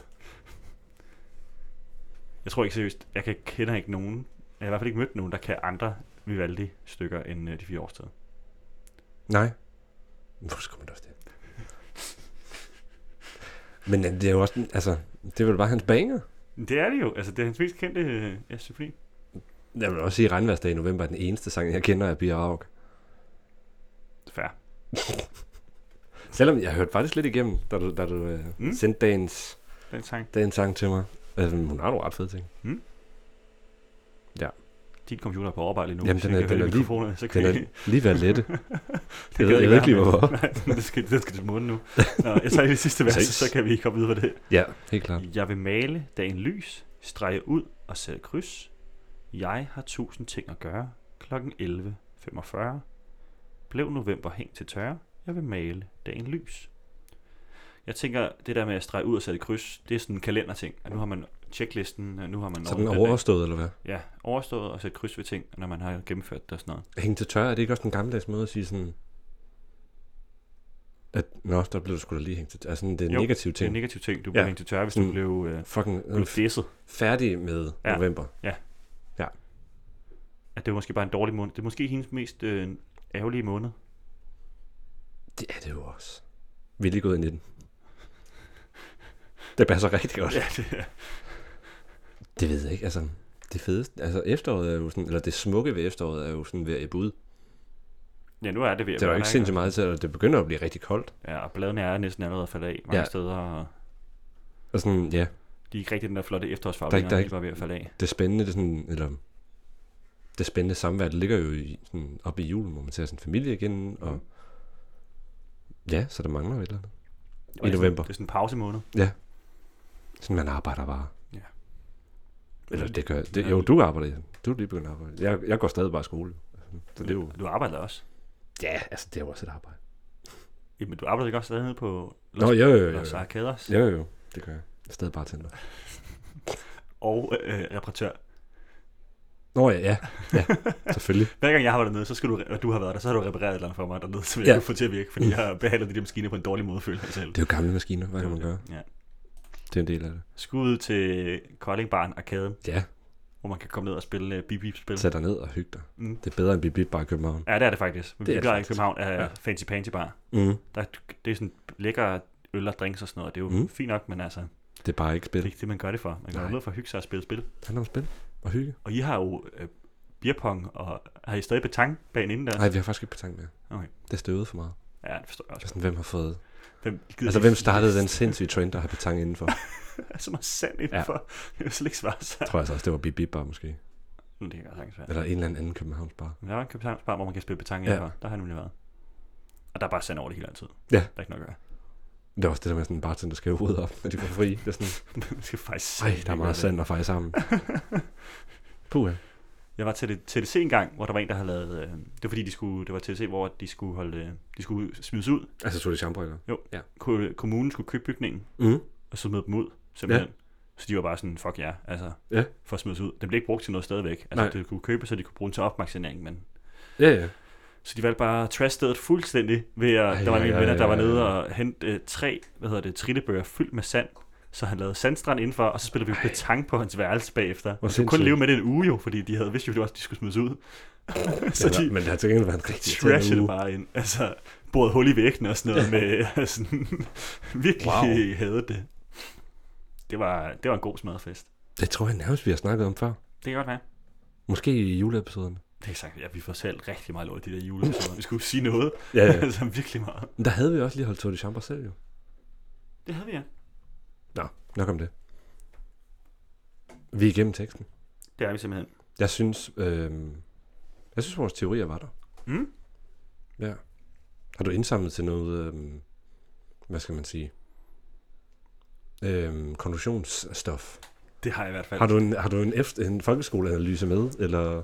Speaker 2: Jeg tror ikke seriøst, jeg kan kender ikke nogen, jeg har i hvert fald ikke mødt nogen, der kan andre Vivaldi-stykker end øh, De Fire Årstider.
Speaker 3: Nej. Hvorfor skulle man da også det? Men øh, det er jo også, den- altså, det er vel bare hans banger.
Speaker 2: Men Det er det jo, altså det er hans mest kendte øh, ja, symfoni.
Speaker 3: Jeg vil også sige, at Regnværsdag i november er den eneste sang, jeg kender af Bia Rauk.
Speaker 2: Færre.
Speaker 3: <laughs> Selvom jeg hørte faktisk lidt igennem, da du, da du øh, mm.
Speaker 2: Mm.
Speaker 3: sendte dagens,
Speaker 2: Den sang,
Speaker 3: dagens sang til mig. Altså, hun har nogle ret fede ting.
Speaker 2: din computer er på overarbejde lige nu,
Speaker 3: Jamen,
Speaker 2: så
Speaker 3: den
Speaker 2: I
Speaker 3: er-
Speaker 2: kan
Speaker 3: den
Speaker 2: høre
Speaker 3: er lige-
Speaker 2: mikrofonerne, så kan <laughs>
Speaker 3: Den
Speaker 2: I-
Speaker 3: er lige ved at lette.
Speaker 2: gad
Speaker 3: jeg ved ikke lige,
Speaker 2: være med.
Speaker 3: hvorfor.
Speaker 2: Nej, det skal, det skal til munden nu. Nå, jeg tager lige det sidste vers,
Speaker 3: <laughs> Præcis.
Speaker 2: så kan vi komme videre på det.
Speaker 3: ja, helt klart.
Speaker 2: Jeg vil male dagen lys, strege ud og sætte kryds. Jeg har tusind ting at gøre. Klokken 11.45. Blev november hængt til tørre. Jeg vil male dagen lys. Jeg tænker, det der med at strege ud og sætte kryds, det er sådan en kalenderting. At nu har man checklisten, og nu har man
Speaker 3: Så den er
Speaker 2: dag.
Speaker 3: overstået, eller hvad?
Speaker 2: ja, overstået og sætte kryds ved ting, når man har gennemført det og sådan noget.
Speaker 3: Hænge til tørre, er det ikke også den gammeldags måde at sige sådan... At, nå, der blev du sgu da lige hængt til tørre. Altså, sådan, det er en
Speaker 2: Jo,
Speaker 3: negativ
Speaker 2: Det er
Speaker 3: ting.
Speaker 2: en negativ ting, du bliver
Speaker 3: Ja. Mm.
Speaker 2: hængt til tørre, hvis
Speaker 3: Sådan-
Speaker 2: du blev, øh,
Speaker 3: Fucking
Speaker 2: blev
Speaker 3: øh,
Speaker 2: disset.
Speaker 3: færdig med
Speaker 2: Ja.
Speaker 3: november.
Speaker 2: At det var måske bare en dårlig måned. Det er måske hendes mest øh, ærgerlige måned.
Speaker 3: Det er det jo også. Vi er lige gået ind i den. Det passer rigtig godt.
Speaker 2: Ja, det er.
Speaker 3: Det ved jeg ikke, altså det fedeste, altså efteråret er jo sådan, eller det smukke ved efteråret er jo sådan ved at ebbe ud.
Speaker 2: <laughs> Ja, nu er det ved at
Speaker 3: Det er jo
Speaker 2: være
Speaker 3: ikke
Speaker 2: der,
Speaker 3: sindssygt meget til, at det begynder at blive rigtig koldt.
Speaker 2: Ja, og bladene er næsten allerede faldet af mange
Speaker 3: Ja.
Speaker 2: ja. steder, og
Speaker 3: Og sådan, ja,
Speaker 2: de er ikke rigtig den der flotte efterårsfarve,
Speaker 3: Der
Speaker 2: der
Speaker 3: er ikke- der er
Speaker 2: er
Speaker 3: ikke-
Speaker 2: bare ved at falde af.
Speaker 3: det spændende, det sådan, eller det spændende samvær, det ligger jo i, sådan, op i julen, hvor man ser sin familie igen, og ja, så der mangler jo et eller andet.
Speaker 2: Og det er sådan-
Speaker 3: november.
Speaker 2: Det er sådan en pausemåned.
Speaker 3: Sådan, man arbejder bare.
Speaker 2: Ja.
Speaker 3: Eller det gør, det, jo, du arbejder, du er lige begyndt at arbejde. Jeg, jeg går stadig bare i skole. Altså, Så det er jo,
Speaker 2: Du arbejder også.
Speaker 3: ja, altså det er jo også et arbejde.
Speaker 2: Jamen, du arbejder ikke også stadig nede på
Speaker 3: Nå, jo, jo, jo, jo.
Speaker 2: Los Arcaders
Speaker 3: Jo, jo, det gør jeg. Stadig bare tænder.
Speaker 2: <laughs> og øh, øh, reparatør.
Speaker 3: Nå ja, ja, ja, selvfølgelig.
Speaker 2: Hver gang jeg har været dernede, så skal du, og du har været der, så har du repareret et eller andet for mig dernede, så vil
Speaker 3: Ja. Mm.
Speaker 2: ja. jeg ikke få til at virke, fordi jeg har behandlet de der maskiner på en dårlig måde, føler jeg selv.
Speaker 3: Det er jo gamle maskiner, hvad kan man gøre?
Speaker 2: Ja.
Speaker 3: Det er en del af det.
Speaker 2: Skud ud til Kolding Barn Arkaden,
Speaker 3: Ja,
Speaker 2: hvor man kan komme ned og spille uh, bip-bip-spil.
Speaker 3: tag dig ned og hygge dig.
Speaker 2: Mm.
Speaker 3: Det er bedre end Bibi bare i København.
Speaker 2: Ja, det er det faktisk. Men
Speaker 3: Det
Speaker 2: det
Speaker 3: er
Speaker 2: er
Speaker 3: det
Speaker 2: i
Speaker 3: faktisk.
Speaker 2: København er
Speaker 3: Ja.
Speaker 2: ja. Fancy Panty Bar.
Speaker 3: Mm.
Speaker 2: Der, det er sådan lækker øl og drinks og sådan noget. Det er jo
Speaker 3: Mm.
Speaker 2: mm. fint nok, men altså,
Speaker 3: Det er bare ikke
Speaker 2: Det er
Speaker 3: spil.
Speaker 2: ikke det, man gør det for. Man
Speaker 3: Nej.
Speaker 2: gør det for at hygge sig og spille spil.
Speaker 3: Det handler om spil og hygge.
Speaker 2: Og I har jo øh, beerpong, og har I stadig betang bagen inden der?
Speaker 3: Nej, vi har faktisk ikke på tanke mere.
Speaker 2: Okay.
Speaker 3: Det er støvet for meget.
Speaker 2: Ja, det forstår jeg
Speaker 3: Det er
Speaker 2: også.
Speaker 3: sådan, hvem har fået...
Speaker 2: Hvem gider
Speaker 3: Altså,
Speaker 2: lige-
Speaker 3: hvem startede den
Speaker 2: <laughs>
Speaker 3: sindssyge trend, der har petang indenfor?
Speaker 2: Så meget sand indenfor. <laughs> Det er jo slet ikke svare <laughs> sig.
Speaker 3: Tror jeg altså også, det var Bibi bare måske.
Speaker 2: Det kan godt sagtens være.
Speaker 3: Eller en eller anden anden Københavns bar.
Speaker 2: Men der var en kaptajnsbar, hvor man kan spille betang
Speaker 3: Ja.
Speaker 2: ja. indenfor. Der har jeg nemlig været. Og der er bare sand over det hele altid.
Speaker 3: Ja.
Speaker 2: Der er ikke noget at gøre. <laughs>
Speaker 3: Det er også det der med sådan en bartender, der skal hovedet op, når de får fri. Det er
Speaker 2: <laughs>
Speaker 3: sådan,
Speaker 2: Man skal faktisk...
Speaker 3: ej,
Speaker 2: sandelig
Speaker 3: der er
Speaker 2: gøre
Speaker 3: meget
Speaker 2: det.
Speaker 3: sand og feje
Speaker 2: <laughs>
Speaker 3: sammen. Puh, ja.
Speaker 2: Jeg var til det, til det se en gang, hvor der var en, der havde lavet... Øh, det var fordi, de skulle, det var til det se, hvor de skulle, holde, øh, de skulle smides ud.
Speaker 3: Altså, så er det chambrøkker.
Speaker 2: Ko- Kommunen skulle købe bygningen.
Speaker 3: Mm.
Speaker 2: og så smed dem ud, simpelthen. Ja. Så de var bare sådan, fuck ja, yeah, altså,
Speaker 3: Ja.
Speaker 2: for at smides ud. Den blev ikke brugt til noget stadigvæk.
Speaker 3: Nej.
Speaker 2: Altså, det kunne købe, så de kunne bruge den til opmagasinering, men...
Speaker 3: Ja, ja.
Speaker 2: Så de valgte bare at trash stedet fuldstændig ved at...
Speaker 3: Ej,
Speaker 2: Ej, der var en
Speaker 3: ej,
Speaker 2: af mine venner,
Speaker 3: ej,
Speaker 2: der var
Speaker 3: ej,
Speaker 2: nede
Speaker 3: ej.
Speaker 2: og hente øh, tre, hvad hedder det, trillebøger fyldt med sand. Så han lavede sandstrand indenfor, og så spillede vi petang på hans værelse bagefter.
Speaker 3: Hvor
Speaker 2: Og så kunne kun
Speaker 3: sindssygt.
Speaker 2: leve med det en uge jo, fordi de havde vidst jo, at det var, at de skulle smides ud. <laughs> så
Speaker 3: Ja,
Speaker 2: de
Speaker 3: Men det har til gengæld været en rigtig
Speaker 2: trashede
Speaker 3: irriterende
Speaker 2: det
Speaker 3: uge.
Speaker 2: bare ind. Altså, boret hul i væggen
Speaker 3: <laughs>
Speaker 2: og sådan noget med... <laughs> Altså, virkelig
Speaker 3: Wow.
Speaker 2: wow. havde det. Det var, det var en god smadfest.
Speaker 3: Det tror jeg nærmest, vi har snakket om før.
Speaker 2: Det kan godt være.
Speaker 3: Måske i juleepisoden.
Speaker 2: Det er ikke sagt, ja, vi får selv rigtig meget lort i de der juleepisoder. Vi skulle sige noget,
Speaker 3: Ja, ja.
Speaker 2: <laughs> altså virkelig meget.
Speaker 3: Men <laughs> der havde vi også lige holdt Tour de Chambre selv jo.
Speaker 2: Det havde vi, ja.
Speaker 3: Nok om det. Vi er igennem teksten.
Speaker 2: Det er vi simpelthen.
Speaker 3: Jeg synes, øh, jeg synes vores teorier var der.
Speaker 2: Mm.
Speaker 3: Ja. Har du indsamlet til noget, øhm, hvad skal man sige, øhm, konklusionsstof?
Speaker 2: Det har jeg i hvert fald.
Speaker 3: Har du en, har du en, efter, en folkeskoleanalyse med, eller...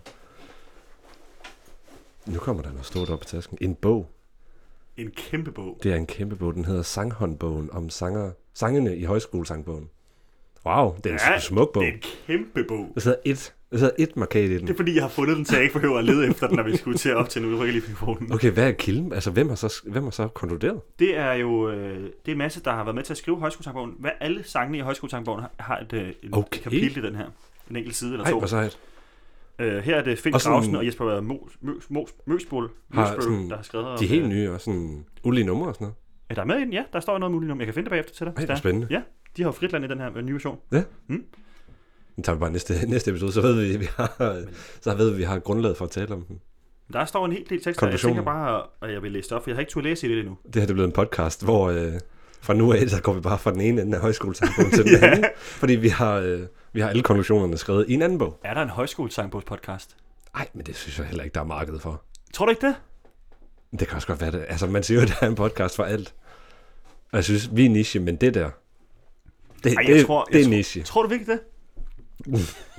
Speaker 3: Nu kommer der noget stort op i tasken. En bog.
Speaker 2: En kæmpe bog.
Speaker 3: Det er en kæmpe bog. Den hedder Sanghåndbogen om sanger, sangene i højskolesangbogen. Wow, det er en
Speaker 2: Ja,
Speaker 3: ja, smuk bog.
Speaker 2: Det er en kæmpe bog.
Speaker 3: Der sidder et, der sidder et markat i den.
Speaker 2: Det er fordi, jeg har fundet den, så jeg ikke behøver at lede efter den, når vi skulle til at optage en udrykkelig mikrofonen.
Speaker 3: Okay, hvad er kilden? Altså, hvem har så, hvem har så konkluderet?
Speaker 2: Det er jo øh, det er masse, der har været med til at skrive højskolesangbogen. Hvad alle sangene i højskolesangbogen har, har et, øh, et
Speaker 3: Okay.
Speaker 2: kapitel i den her. En enkelt side eller
Speaker 3: Nej,
Speaker 2: to.
Speaker 3: hvor sejt.
Speaker 2: Øh, her er det Finn
Speaker 3: Og sådan-
Speaker 2: Grausen og Jesper Mos, Møs, Mos, Møsbol,
Speaker 3: Har
Speaker 2: Møsbøl,
Speaker 3: sådan-
Speaker 2: der har skrevet...
Speaker 3: De er helt
Speaker 2: øh,
Speaker 3: nye og sådan ulige numre og sådan noget.
Speaker 2: Er der med i den? Ja, der står noget muligt om. Jeg kan finde det bagefter til dig.
Speaker 3: Ej,
Speaker 2: hvis
Speaker 3: det
Speaker 2: der
Speaker 3: er
Speaker 2: er.
Speaker 3: spændende.
Speaker 2: De har jo fritland i den her øh, nye version.
Speaker 3: Nu tager vi bare næste, <laughs> næste episode, så ved vi, at vi har, så ved vi, at vi har grundlaget for at tale om den.
Speaker 2: Der står en hel del tekster, jeg
Speaker 3: Konklusionen.
Speaker 2: tænker bare, at jeg vil læse det op, for jeg har ikke turde læse i det endnu.
Speaker 3: Det her det er blevet en podcast, hvor øh, fra nu af, så går vi bare fra den ene ende af højskolesangbogen til den
Speaker 2: <laughs> Ja.
Speaker 3: anden. Fordi vi har, øh, vi har alle konklusionerne skrevet i en anden bog.
Speaker 2: Er der en højskolesangbogs-podcast?
Speaker 3: Nej, men det synes jeg heller ikke, der er marked for.
Speaker 2: Tror du ikke det?
Speaker 3: Det kan også godt være det. Altså, man siger jo, <laughs> at der er en podcast for alt. Og jeg synes, vi er niche, men det der, det,
Speaker 2: Ej,
Speaker 3: Ej,
Speaker 2: jeg
Speaker 3: det,
Speaker 2: tror-
Speaker 3: tror, det
Speaker 2: jeg
Speaker 3: er niche.
Speaker 2: Tror du virkelig det?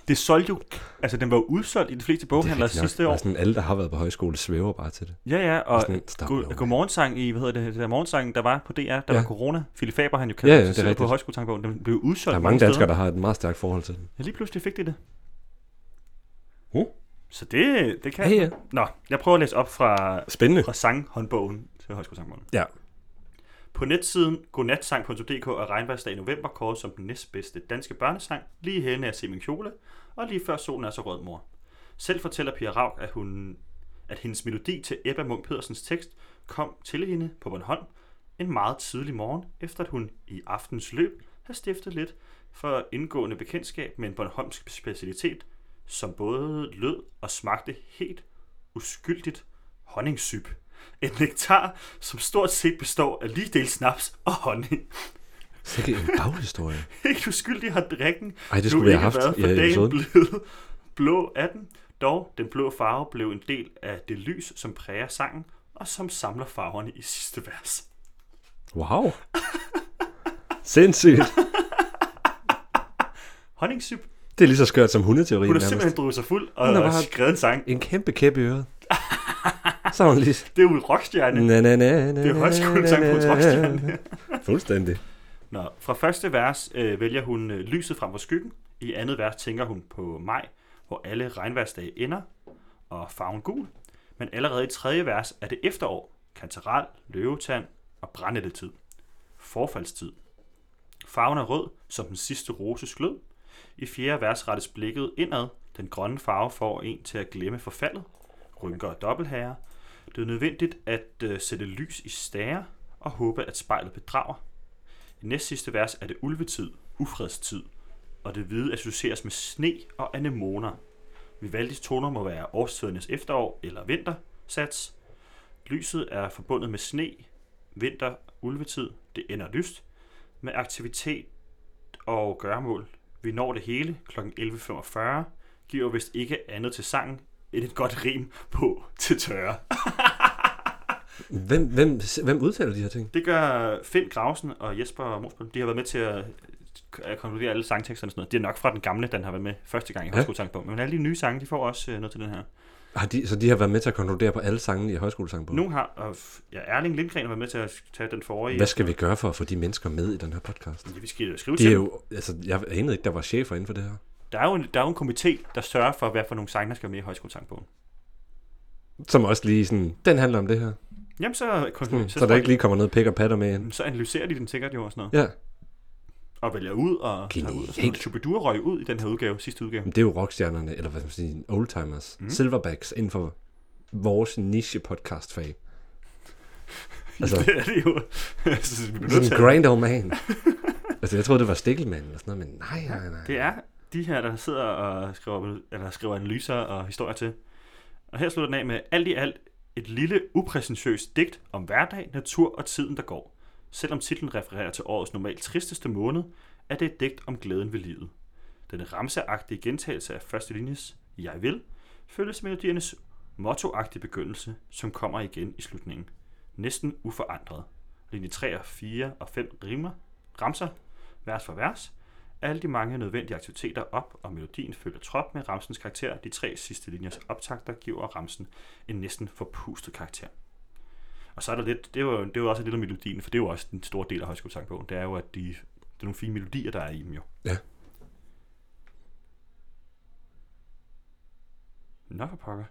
Speaker 2: Det solgte jo... Altså, den var jo udsolgt i de fleste boghandlere
Speaker 3: rigtigt nok.
Speaker 2: sidste år.
Speaker 3: Og sådan, alle, der har været på højskole, svæver bare til det.
Speaker 2: Ja, ja,
Speaker 3: Og
Speaker 2: og
Speaker 3: sådan, stop
Speaker 2: go-
Speaker 3: nu.
Speaker 2: godmorgensang i, hvad hedder det, det der morgensang, der var på DR, der
Speaker 3: Ja.
Speaker 2: var corona. Philip Faber, han jo
Speaker 3: Ja, ja,
Speaker 2: kaldte
Speaker 3: det er
Speaker 2: ja, ja, på
Speaker 3: rigtigt.
Speaker 2: højskolesangbogen, den blev udsolgt.
Speaker 3: der er mange danskere,
Speaker 2: steder.
Speaker 3: der har et meget stærkt forhold til den.
Speaker 2: Ja, lige pludselig fik de det.
Speaker 3: Huh?
Speaker 2: Så det, det kan...
Speaker 3: Ja, ja.
Speaker 2: Nå, jeg prøver at læse op fra,
Speaker 3: Spændende.
Speaker 2: fra sanghåndbogen til højskolesangbogen.
Speaker 3: Ja.
Speaker 2: På netsiden godnatsang.dk er regnværsdag i november kåret som den næstbedste danske børnesang, lige henne af Se min kjole, og lige før solen er så rød mor. Selv fortæller Pia Rauk, at, hun, at hendes melodi til Ebba Munk Pedersens tekst kom til hende på Bornholm en meget tidlig morgen, efter at hun i aftens løb har stiftet lidt for indgående bekendtskab med en Bornholmsk specialitet, som både lød og smagte helt uskyldigt honningsyp. Et nektar, som stort set består af lige del snaps og honning. <laughs>
Speaker 3: Sikke en baghistorie.
Speaker 2: Helt uskyldig har drikken
Speaker 3: Ej, det
Speaker 2: nu
Speaker 3: skulle vi
Speaker 2: ikke
Speaker 3: have haft
Speaker 2: været
Speaker 3: i
Speaker 2: for dagen
Speaker 3: episoden.
Speaker 2: blevet blå af den. Dog, den blå farve blev en del af det lys, som præger sangen, og som samler farverne i sidste vers.
Speaker 3: Wow. Sindssygt.
Speaker 2: Honningsyp.
Speaker 3: Det er lige så skørt som hundeteorien.
Speaker 2: Hun har
Speaker 3: nærmest.
Speaker 2: simpelthen drukket sig fuld
Speaker 3: Hun
Speaker 2: og
Speaker 3: har
Speaker 2: har
Speaker 3: bare-
Speaker 2: skrevet en sang.
Speaker 3: En kæmpe kæp i øret. Så har hun lige...
Speaker 2: Det er jo rockstjerne.
Speaker 3: Na, na, na, na,
Speaker 2: Det er højskolesang på rockstjerne.
Speaker 3: Fuldstændig.
Speaker 2: Nå, fra første vers øh, vælger hun øh, lyset frem for skyggen. I andet vers tænker hun på maj, hvor alle regnværsdage ender, og farven gul. Men allerede i tredje vers er det efterår, kantaral, løvetand og brændettetid. Forfaldstid. Farven er rød, som den sidste roses glød. I fjerde vers rettes blikket indad. Den grønne farve får en til at glemme forfaldet. Rynker og dobbelthager. Det er nødvendigt at øh, sætte lys i stager og håbe, at spejlet bedrager. I næst sidste vers er det ulvetid, ufredstid, og det hvide associeres med sne og anemoner. Vivaldis toner må være årstidernes efterår eller vinter, sats. Lyset er forbundet med sne, vinter, ulvetid, det ender lyst, med aktivitet og gørmål. Vi når det hele kl. 11.45, giver vist ikke andet til sangen end et godt rim på til tørre.
Speaker 3: Hvem, hvem, hvem udtaler de her ting?
Speaker 2: Det gør Finn Grausen og Jesper Mosbøl. De har været med til at, at konkludere alle sangteksterne og sådan noget. Det er nok fra den gamle, den har været med første gang i
Speaker 3: Ja.
Speaker 2: højskolesangbogen. Men alle de nye sange, de får også øh, noget til den her.
Speaker 3: Har de, så de har været med til at konkludere på alle sangene i højskolesangbogen?
Speaker 2: Nu har og f- ja, Erling Lindgren har været med til at tage den forrige.
Speaker 3: Hvad skal vi gøre for at få de mennesker med i den her podcast?
Speaker 2: Ja, vi skal skrive
Speaker 3: De
Speaker 2: til
Speaker 3: er
Speaker 2: jo...
Speaker 3: jo, altså, jeg anede ikke, der var chefer inden for det her.
Speaker 2: Der er jo en, der er jo en komité, der sørger for, hvad for nogle sange, der skal med i højskolesangbogen.
Speaker 3: Som også lige sådan, den handler om det her.
Speaker 2: Jamen så, øh,
Speaker 3: Hmm,
Speaker 2: så,
Speaker 3: så der ikke lige kommer noget pik og patter med ind.
Speaker 2: så analyserer de den sikkert jo og sådan noget.
Speaker 3: Ja,
Speaker 2: Og vælger ud og tager ud. Og sådan noget.
Speaker 3: Genialt.
Speaker 2: Chubidur røg ud i den her udgave, sidste udgave.
Speaker 3: men det er jo rockstjernerne, eller hvad skal man sige, oldtimers, mm. silverbacks inden for vores niche podcast
Speaker 2: <laughs>
Speaker 3: fag. Altså,
Speaker 2: det er det jo. <laughs> så vi bliver nødt til
Speaker 3: sådan
Speaker 2: at-
Speaker 3: en grand old man. altså, jeg troede, det var Stikkelmann eller sådan noget, men nej, nej, nej.
Speaker 2: Det er de her, der sidder og skriver, eller skriver analyser og historier til. Og her slutter den af med alt i alt et lille, upræsentøst digt om hverdag, natur og tiden, der går. Selvom titlen refererer til årets normalt tristeste måned, er det et digt om glæden ved livet. Den ramseagtige gentagelse af første linjes Jeg vil, følges melodiernes mottoagtig begyndelse, som kommer igen i slutningen. Næsten uforandret. Linje 3 og 4 og 5 rimer, ramser, vers for vers. Alle de mange nødvendige aktiviteter op, og melodien følger trop med ramsens karakter. De tre sidste linjers optakter giver ramsen en næsten forpustet karakter. Og så er der lidt, det er jo, det er jo også en lille melodien, for det er jo også en stor del af højskolesangbogen. Det er jo, at de, det er nogle fine melodier, der er i dem jo.
Speaker 3: Ja.
Speaker 2: Nå for pokker.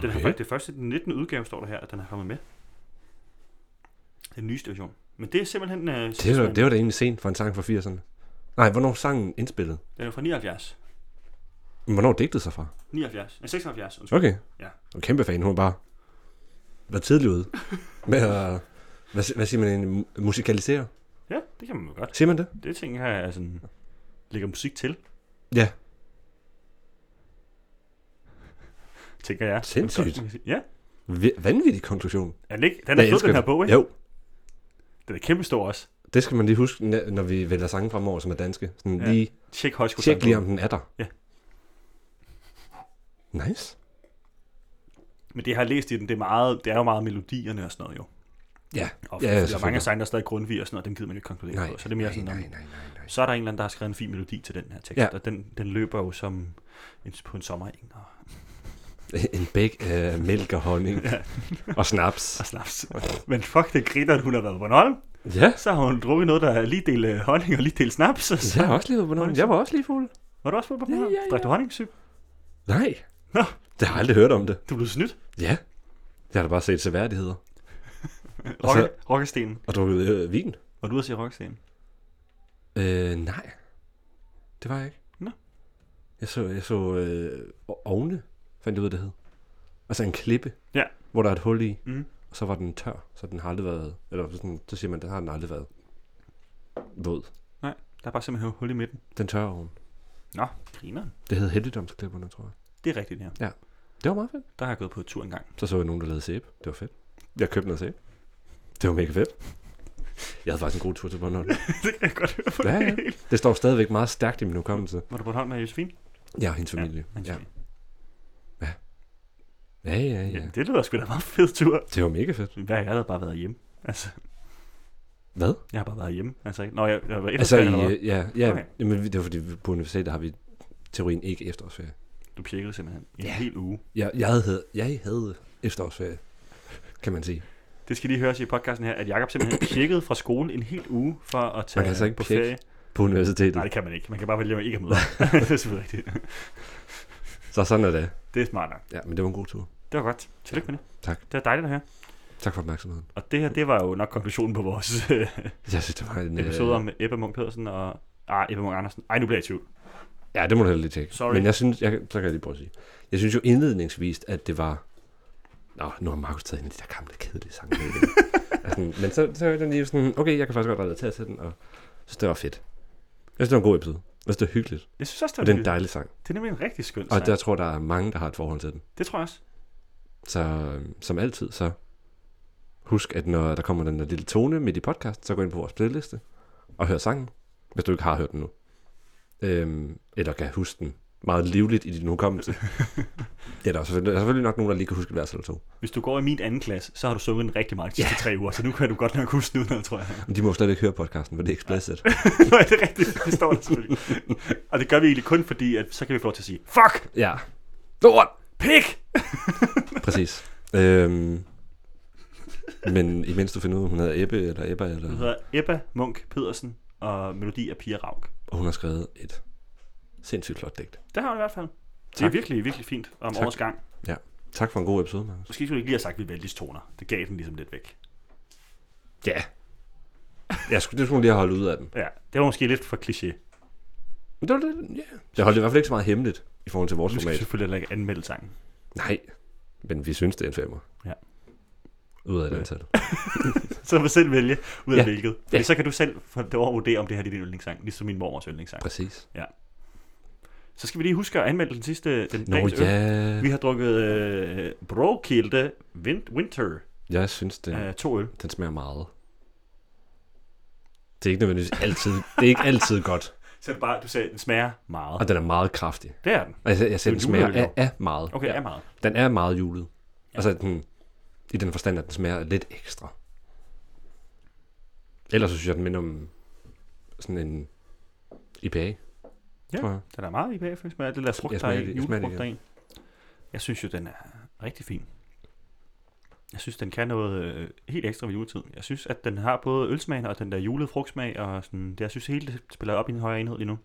Speaker 2: Den er, fakt- det er først i den 19. udgave, står der her, at den er kommet med. Den nyeste version. Men det er simpelthen... Øh,
Speaker 3: Det var, det var da egentlig sent for en sang fra 80'erne. Nej, hvornår sangen indspillet?
Speaker 2: Den er fra 79.
Speaker 3: Hvornår digtede sig fra?
Speaker 2: 79. Nej, 76. Undskyld.
Speaker 3: Okay.
Speaker 2: Ja.
Speaker 3: Og kæmpe fan, hun var bare var tidlig ude med at, hvad, si- hvad siger man egentlig, Mu- musikalisere?
Speaker 2: Ja, det kan man jo godt.
Speaker 3: Siger man det?
Speaker 2: Det ting her er sådan... Lægger musik til,
Speaker 3: Ja.
Speaker 2: tænker jeg.
Speaker 3: Sindssygt.
Speaker 2: Man kan sige- Ja,
Speaker 3: Vi- Vanvittig konklusion.
Speaker 2: er den, ikke, den
Speaker 3: Jeg
Speaker 2: er fed,
Speaker 3: elsker
Speaker 2: den her bog, ikke?
Speaker 3: Jo,
Speaker 2: Den er kæmpestor også.
Speaker 3: det skal man lige huske, na- når vi vælger sange fremover, som er danske. Sådan
Speaker 2: Ja.
Speaker 3: ja. lige
Speaker 2: Tjek højskole.
Speaker 3: tjek lige, om den er der.
Speaker 2: Ja.
Speaker 3: Nice.
Speaker 2: Men det, jeg har læst i den, det er, meget, det er jo meget melodierne og sådan noget, jo.
Speaker 3: Ja,
Speaker 2: Og
Speaker 3: Ja, ja,
Speaker 2: ja, der er mange
Speaker 3: selvfølgelig.
Speaker 2: af sangene, der er stadig grundvig og sådan noget, dem gider man jo ikke konkludere
Speaker 3: nej,
Speaker 2: på. Så det er mere
Speaker 3: nej,
Speaker 2: sådan, om-
Speaker 3: nej, nej, nej, nej.
Speaker 2: så er der en eller anden, der har skrevet en fin melodi til den her tekst,
Speaker 3: Ja.
Speaker 2: ja. og den, den løber jo som en, på en sommereng og,
Speaker 3: En bæk af mælk og honning
Speaker 2: Ja.
Speaker 3: og
Speaker 2: <laughs>
Speaker 3: snaps.
Speaker 2: og snaps. Men fuck, det griner, at hun har været på Bornholm.
Speaker 3: Ja,
Speaker 2: Så har hun drukket noget, der er lige del øh, honning og lige del snaps. Og så
Speaker 3: jeg har også lige været på Bornholm. Jeg var også lige fuld.
Speaker 2: var du også på Bornholm?
Speaker 3: Ja, ja, ja.
Speaker 2: Drak du honningsyp?
Speaker 3: Nej.
Speaker 2: Nå.
Speaker 3: Det har jeg aldrig hørt om det.
Speaker 2: Du blev snydt.
Speaker 3: Ja. Jeg har da bare set seværdigheder. Og
Speaker 2: Rokke,
Speaker 3: så-
Speaker 2: så... Rokkestenen.
Speaker 3: Og drukket øh, vin.
Speaker 2: Var du ude at se Rokkestenen?
Speaker 3: Øh, nej. Det var jeg ikke.
Speaker 2: Nå.
Speaker 3: Jeg så, jeg så øh, o- ovne, fandt jeg ud af, det hed. Altså en klippe,
Speaker 2: Ja.
Speaker 3: hvor der er et hul i,
Speaker 2: Mhm.
Speaker 3: og så var den tør, så den har aldrig været, eller sådan, så siger man, den har den aldrig været våd.
Speaker 2: Nej, der er bare simpelthen hul i midten.
Speaker 3: Den tørre ovn.
Speaker 2: Nå, griner.
Speaker 3: Det hed heldigdomsklipperne, tror jeg.
Speaker 2: Det er rigtigt, ja.
Speaker 3: Det var meget fedt.
Speaker 2: Der har jeg gået på tur engang.
Speaker 3: Så så jeg nogen, der lavede sæbe. Det var fedt. Jeg købte noget sæbe. Det var mega fedt. Jeg havde faktisk en god tur til Bornholm.
Speaker 2: <laughs> det kan jeg godt høre på
Speaker 3: Ja, ja.
Speaker 2: det hele.
Speaker 3: Det står stadigvæk meget stærkt i min hukommelse.
Speaker 2: Var du på Bornholm med Josefine?
Speaker 3: Ja, og hendes familie.
Speaker 2: Ja,
Speaker 3: Ja,
Speaker 2: Josefine.
Speaker 3: ja, ja. ja,
Speaker 2: ja.
Speaker 3: ja.
Speaker 2: det lyder sgu da meget fed tur.
Speaker 3: Det var mega fedt.
Speaker 2: Hvad, jeg havde bare været hjemme. Altså,
Speaker 3: Hvad?
Speaker 2: jeg har bare været hjemme. Altså, ikke- Nå, jeg, jeg var
Speaker 3: Altså,
Speaker 2: eller hvad?
Speaker 3: i, øh, ja, ja
Speaker 2: Okay.
Speaker 3: okay. jamen, det var fordi vi- på universitetet har vi teorien ikke efterårsferie.
Speaker 2: Du pjekkede simpelthen i en
Speaker 3: øh, Ja.
Speaker 2: hel uge.
Speaker 3: Jeg, jeg, havde, jeg havde efterårsferie, kan man sige.
Speaker 2: Det skal lige høres i podcasten her, at
Speaker 3: <coughs>
Speaker 2: Jakob simpelthen pjekkede fra skole en hel uge for at tage
Speaker 3: Man kan altså ikke
Speaker 2: på
Speaker 3: pjekke.
Speaker 2: ferie.
Speaker 3: På universitetet.
Speaker 2: Nej,
Speaker 3: Nej.
Speaker 2: det kan man ikke. Man kan bare vælge, at man ikke
Speaker 3: <laughs>
Speaker 2: er med. <laughs> det er selvfølgelig rigtigt.
Speaker 3: Så sådan er det.
Speaker 2: Det er smart nok.
Speaker 3: Ja, men det var en god tur.
Speaker 2: Det var godt. Tillykke med det.
Speaker 3: Tak.
Speaker 2: Det var dejligt at høre.
Speaker 3: Tak for opmærksomheden.
Speaker 2: Og det her, det var jo nok konklusionen på
Speaker 3: <laughs>
Speaker 2: vores øh,
Speaker 3: Jeg synes, det var en... øh,
Speaker 2: episode om Ebbe Munk Pedersen og... Ah, Ebbe Munk Andersen. Ej, nu bliver jeg i tvivl.
Speaker 3: Ja, det må du heller lige tjekke.
Speaker 2: Sorry.
Speaker 3: Men jeg synes, jeg, så kan jeg lige prøve at sige. Jeg synes jo indledningsvis, at det var... Nå, nu har Markus taget en af de der gamle, kedelige sange. med igen. altså, men så, så er den lige sådan, okay, jeg kan faktisk godt relatere til den, og jeg synes, det var fedt. Jeg synes, det var en god episode. Jeg synes, det var hyggeligt.
Speaker 2: Jeg synes også,
Speaker 3: Og
Speaker 2: det
Speaker 3: det
Speaker 2: var
Speaker 3: er en
Speaker 2: det,
Speaker 3: dejlig sang.
Speaker 2: det er nemlig en rigtig skøn
Speaker 3: Og
Speaker 2: sang.
Speaker 3: der tror jeg, der er mange, der har et forhold til den.
Speaker 2: Det tror jeg også.
Speaker 3: Så øhm, som altid, så husk, at når der kommer den der lille tone midt i podcast, så gå ind på vores playliste og hør sangen, hvis du ikke har hørt den nu. Øhm, eller kan huske den meget livligt i din
Speaker 2: <laughs>
Speaker 3: hukommelse. ja, der er, selvfølgelig, der er selvfølgelig nok nogen, der lige kan huske et vers eller to.
Speaker 2: Hvis du går i min anden klasse, så har du sunget den rigtig meget de sidste tre uger, så nu kan du godt nok huske den udenad, tror jeg. <laughs>
Speaker 3: Men de må jo slet ikke høre podcasten, for det er explicit.
Speaker 2: Nej, det er rigtigt. Det står der selvfølgelig. og det gør vi egentlig kun fordi, at så kan vi få lov til at sige, fuck,
Speaker 3: ja. Lort!
Speaker 2: pik!
Speaker 3: Præcis. Øhm, men imens du finder ud af, om hun hedder Ebbe eller Ebba,
Speaker 2: Hun
Speaker 3: eller,
Speaker 2: hedder Ebba Munk Pedersen, og melodi af Pia Rauk.
Speaker 3: og hun har skrevet et sindssygt flot digt.
Speaker 2: Det har hun i hvert fald. Det er
Speaker 3: Tak.
Speaker 2: virkelig, virkelig fint om
Speaker 3: Tak.
Speaker 2: årets gang.
Speaker 3: Tak for en god episode, Markus.
Speaker 2: Måske skulle vi ikke lige have sagt, at vi valgte toner. Det gav den ligesom lidt væk.
Speaker 3: Ja. Jeg skulle, det skulle hun lige have holdt ud af den.
Speaker 2: Ja, det var måske lidt for kliché.
Speaker 3: Men det var det, ja. Jeg holdt det i hvert fald ikke så meget hemmeligt i forhold til vores
Speaker 2: Vi skal
Speaker 3: format.
Speaker 2: selvfølgelig heller ikke anmelde sangen.
Speaker 3: Nej, men vi synes, det er en femmer.
Speaker 2: Ja.
Speaker 3: Ud af et
Speaker 2: Ja.
Speaker 3: antal.
Speaker 2: Så må selv vælge ud af
Speaker 3: Ja.
Speaker 2: hvilket. Fordi
Speaker 3: Ja.
Speaker 2: så kan du selv for det år vurdere, om det her er din yndlingssang. Ligesom min mormors yndlingssang.
Speaker 3: Præcis.
Speaker 2: Så skal vi lige huske at anmelde den sidste den
Speaker 3: Nå
Speaker 2: dagens øl.
Speaker 3: ja,
Speaker 2: Vi har drukket øh, Brokilde Win- Winter
Speaker 3: jeg synes, den,
Speaker 2: øh, to øl.
Speaker 3: den smager meget. Det er ikke nødvendigvis altid, det er ikke altid godt.
Speaker 2: Så er det bare, du sagde, den smager meget.
Speaker 3: Og den er meget kraftig.
Speaker 2: Det er den.
Speaker 3: Altså, jeg siger, den
Speaker 2: Det er
Speaker 3: smager
Speaker 2: juleøl, jo.
Speaker 3: af, af meget.
Speaker 2: Okay, ja.
Speaker 3: ja.
Speaker 2: er meget.
Speaker 3: Den er meget julet. Altså den, i den forstand, at den smager lidt ekstra. Ellers så synes jeg, den minder om sådan en IPA.
Speaker 2: Ja.
Speaker 3: tror jeg.
Speaker 2: Den er meget IPA, faktisk, med alt det der frugt,
Speaker 3: Jeg
Speaker 2: der er
Speaker 3: smager
Speaker 2: i
Speaker 3: det- jeg smager det
Speaker 2: julefrugt derinde. Jeg synes jo, den er rigtig fin. Jeg synes, den kan noget øh, helt ekstra ved juletid. Jeg synes, at den har både ølsmagen og den der julede frugtsmag, og sådan, det, jeg synes, hele det spiller op i en højere enhed lige nu.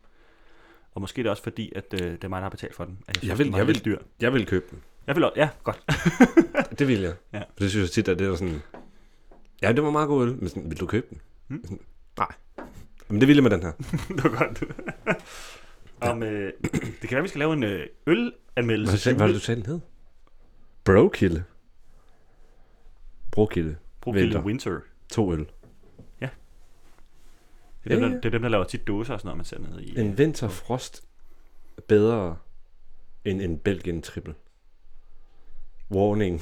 Speaker 2: Og måske er det også fordi, at øh, det er mig, der har betalt for den. At
Speaker 3: Jeg
Speaker 2: synes,
Speaker 3: vil-
Speaker 2: den var
Speaker 3: jeg vil-
Speaker 2: lidt dyr.
Speaker 3: Jeg vil købe den.
Speaker 2: Jeg vil også, ja, godt.
Speaker 3: <laughs>
Speaker 2: <laughs>
Speaker 3: Det vil jeg.
Speaker 2: Ja.
Speaker 3: For det synes jeg tit, at det er sådan... Ja, det var meget god øl, men sådan, vil du købe den?
Speaker 2: Hmm.
Speaker 3: Sådan, Nej. Men det ville jeg med den her.
Speaker 2: det var godt. <laughs> Om, øh, <clears throat> det kan være, vi skal lave en øh,
Speaker 3: Hvad,
Speaker 2: ølanmeldelse.
Speaker 3: sagde- hvad var det, du sagde, den hed? Brokilde. Brokilde.
Speaker 2: Brug til
Speaker 3: Vinter.
Speaker 2: Winter.
Speaker 3: To øl.
Speaker 2: Det er, dem,
Speaker 3: Ja,
Speaker 2: der,
Speaker 3: ja.
Speaker 2: det er dem, der laver tit dåser og sådan noget, man sender ned i.
Speaker 3: En vinterfrost bedre end en Belgien triple.
Speaker 2: <laughs>
Speaker 3: Warning.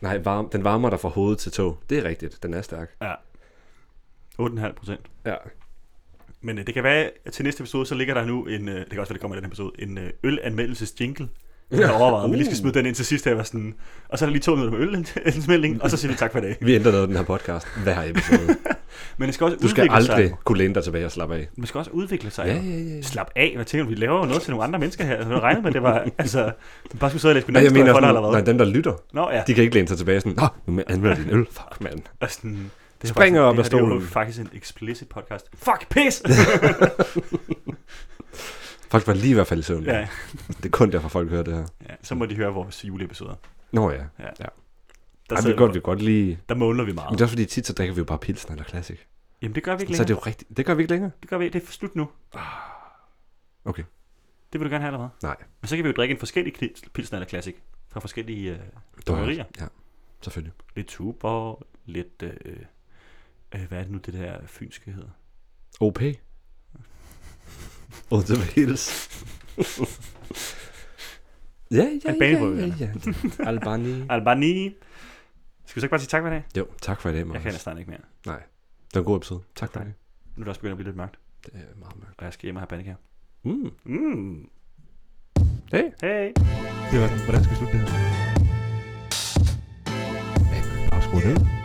Speaker 3: Nej, varm, den varmer dig fra hoved til tog. Det er rigtigt, den er stærk.
Speaker 2: 8,5 procent.
Speaker 3: Ja.
Speaker 2: Men øh, det kan være, at til næste episode, så ligger der nu en, øh, det kan også være, det kommer i den episode, en øh, ølanmeldelses-jingle. Jeg har overvejet, om vi lige
Speaker 3: Uh.
Speaker 2: skal smide den ind til sidst, her, var sådan, og så er der lige to minutter med ølanmelding, og så siger vi tak for i dag.
Speaker 3: Vi ændrer noget i den her podcast hver
Speaker 2: <laughs>
Speaker 3: episode.
Speaker 2: Men det skal også
Speaker 3: Du skal
Speaker 2: udvikle
Speaker 3: aldrig
Speaker 2: sig.
Speaker 3: kunne læne dig tilbage og slappe af.
Speaker 2: Man skal også udvikle sig.
Speaker 3: Ja, ja, ja. ja.
Speaker 2: Slap af, hvad tænker du, vi laver jo noget til nogle andre mennesker her. Altså, Jeg regnede med, at det
Speaker 3: <laughs>
Speaker 2: var, altså, du bare skulle sidde og læse
Speaker 3: Nej, jeg mener,
Speaker 2: for
Speaker 3: sådan,
Speaker 2: dig, eller
Speaker 3: nej,
Speaker 2: hvad?
Speaker 3: dem der lytter,
Speaker 2: Nå, ja.
Speaker 3: de kan ikke læne sig tilbage sådan, Nå, nu anmelder din øl, fuck mand.
Speaker 2: Og sådan, det er
Speaker 3: Springer op
Speaker 2: faktisk-
Speaker 3: af
Speaker 2: det her, Det er jo
Speaker 3: stolen.
Speaker 2: faktisk en explicit podcast. Fuck, pis!
Speaker 3: Folk var lige i hvert fald i søvn.
Speaker 2: <laughs> ja,
Speaker 3: Det er kun derfor, folk hører det her.
Speaker 2: ja, så må de høre vores juleepisoder.
Speaker 3: Nå ja.
Speaker 2: Der,
Speaker 3: Ej, vi kan
Speaker 2: sidder-
Speaker 3: godt, vi kan godt lige...
Speaker 2: der måler vi
Speaker 3: Men
Speaker 2: meget.
Speaker 3: det er også fordi, tit så drikker vi jo bare pilsen eller klassik.
Speaker 2: Jamen, det gør vi ikke
Speaker 3: Så
Speaker 2: længere.
Speaker 3: er det jo rigtigt. Det gør vi ikke længere.
Speaker 2: Det gør vi. Det er slut nu.
Speaker 3: Ah, Okay.
Speaker 2: Det vil du gerne have, eller hvad?
Speaker 3: Nej.
Speaker 2: Men så kan vi jo drikke en forskellig kli- pilsner eller classic. Fra forskellige... Øh,
Speaker 3: Du har
Speaker 2: Krydderier.
Speaker 3: ret. Ja, selvfølgelig.
Speaker 2: lidt tuber, lidt... Øh, øh, hvad er det nu, det der fynske hedder?
Speaker 3: OP. Odense Hills. ja, ja, ja, ja,
Speaker 2: Albanebrødrene.
Speaker 3: ja. Albani.
Speaker 2: Albani. Skal vi så ikke bare sige tak for i dag?
Speaker 3: Jo, tak for i dag,
Speaker 2: Jeg
Speaker 3: Marcus.
Speaker 2: kan næsten ikke mere.
Speaker 3: Nej, det var en god episode. Tak for
Speaker 2: Tak.
Speaker 3: det.
Speaker 2: Nu er det også begyndt at blive lidt mørkt,
Speaker 3: Det er meget mørkt.
Speaker 2: og jeg skal hjem og have pandekager.
Speaker 3: Mm.
Speaker 2: Mm.
Speaker 3: Hey.
Speaker 2: Hey.
Speaker 3: Det var, hvordan skal vi slutte det her? Hey, bare skru ned.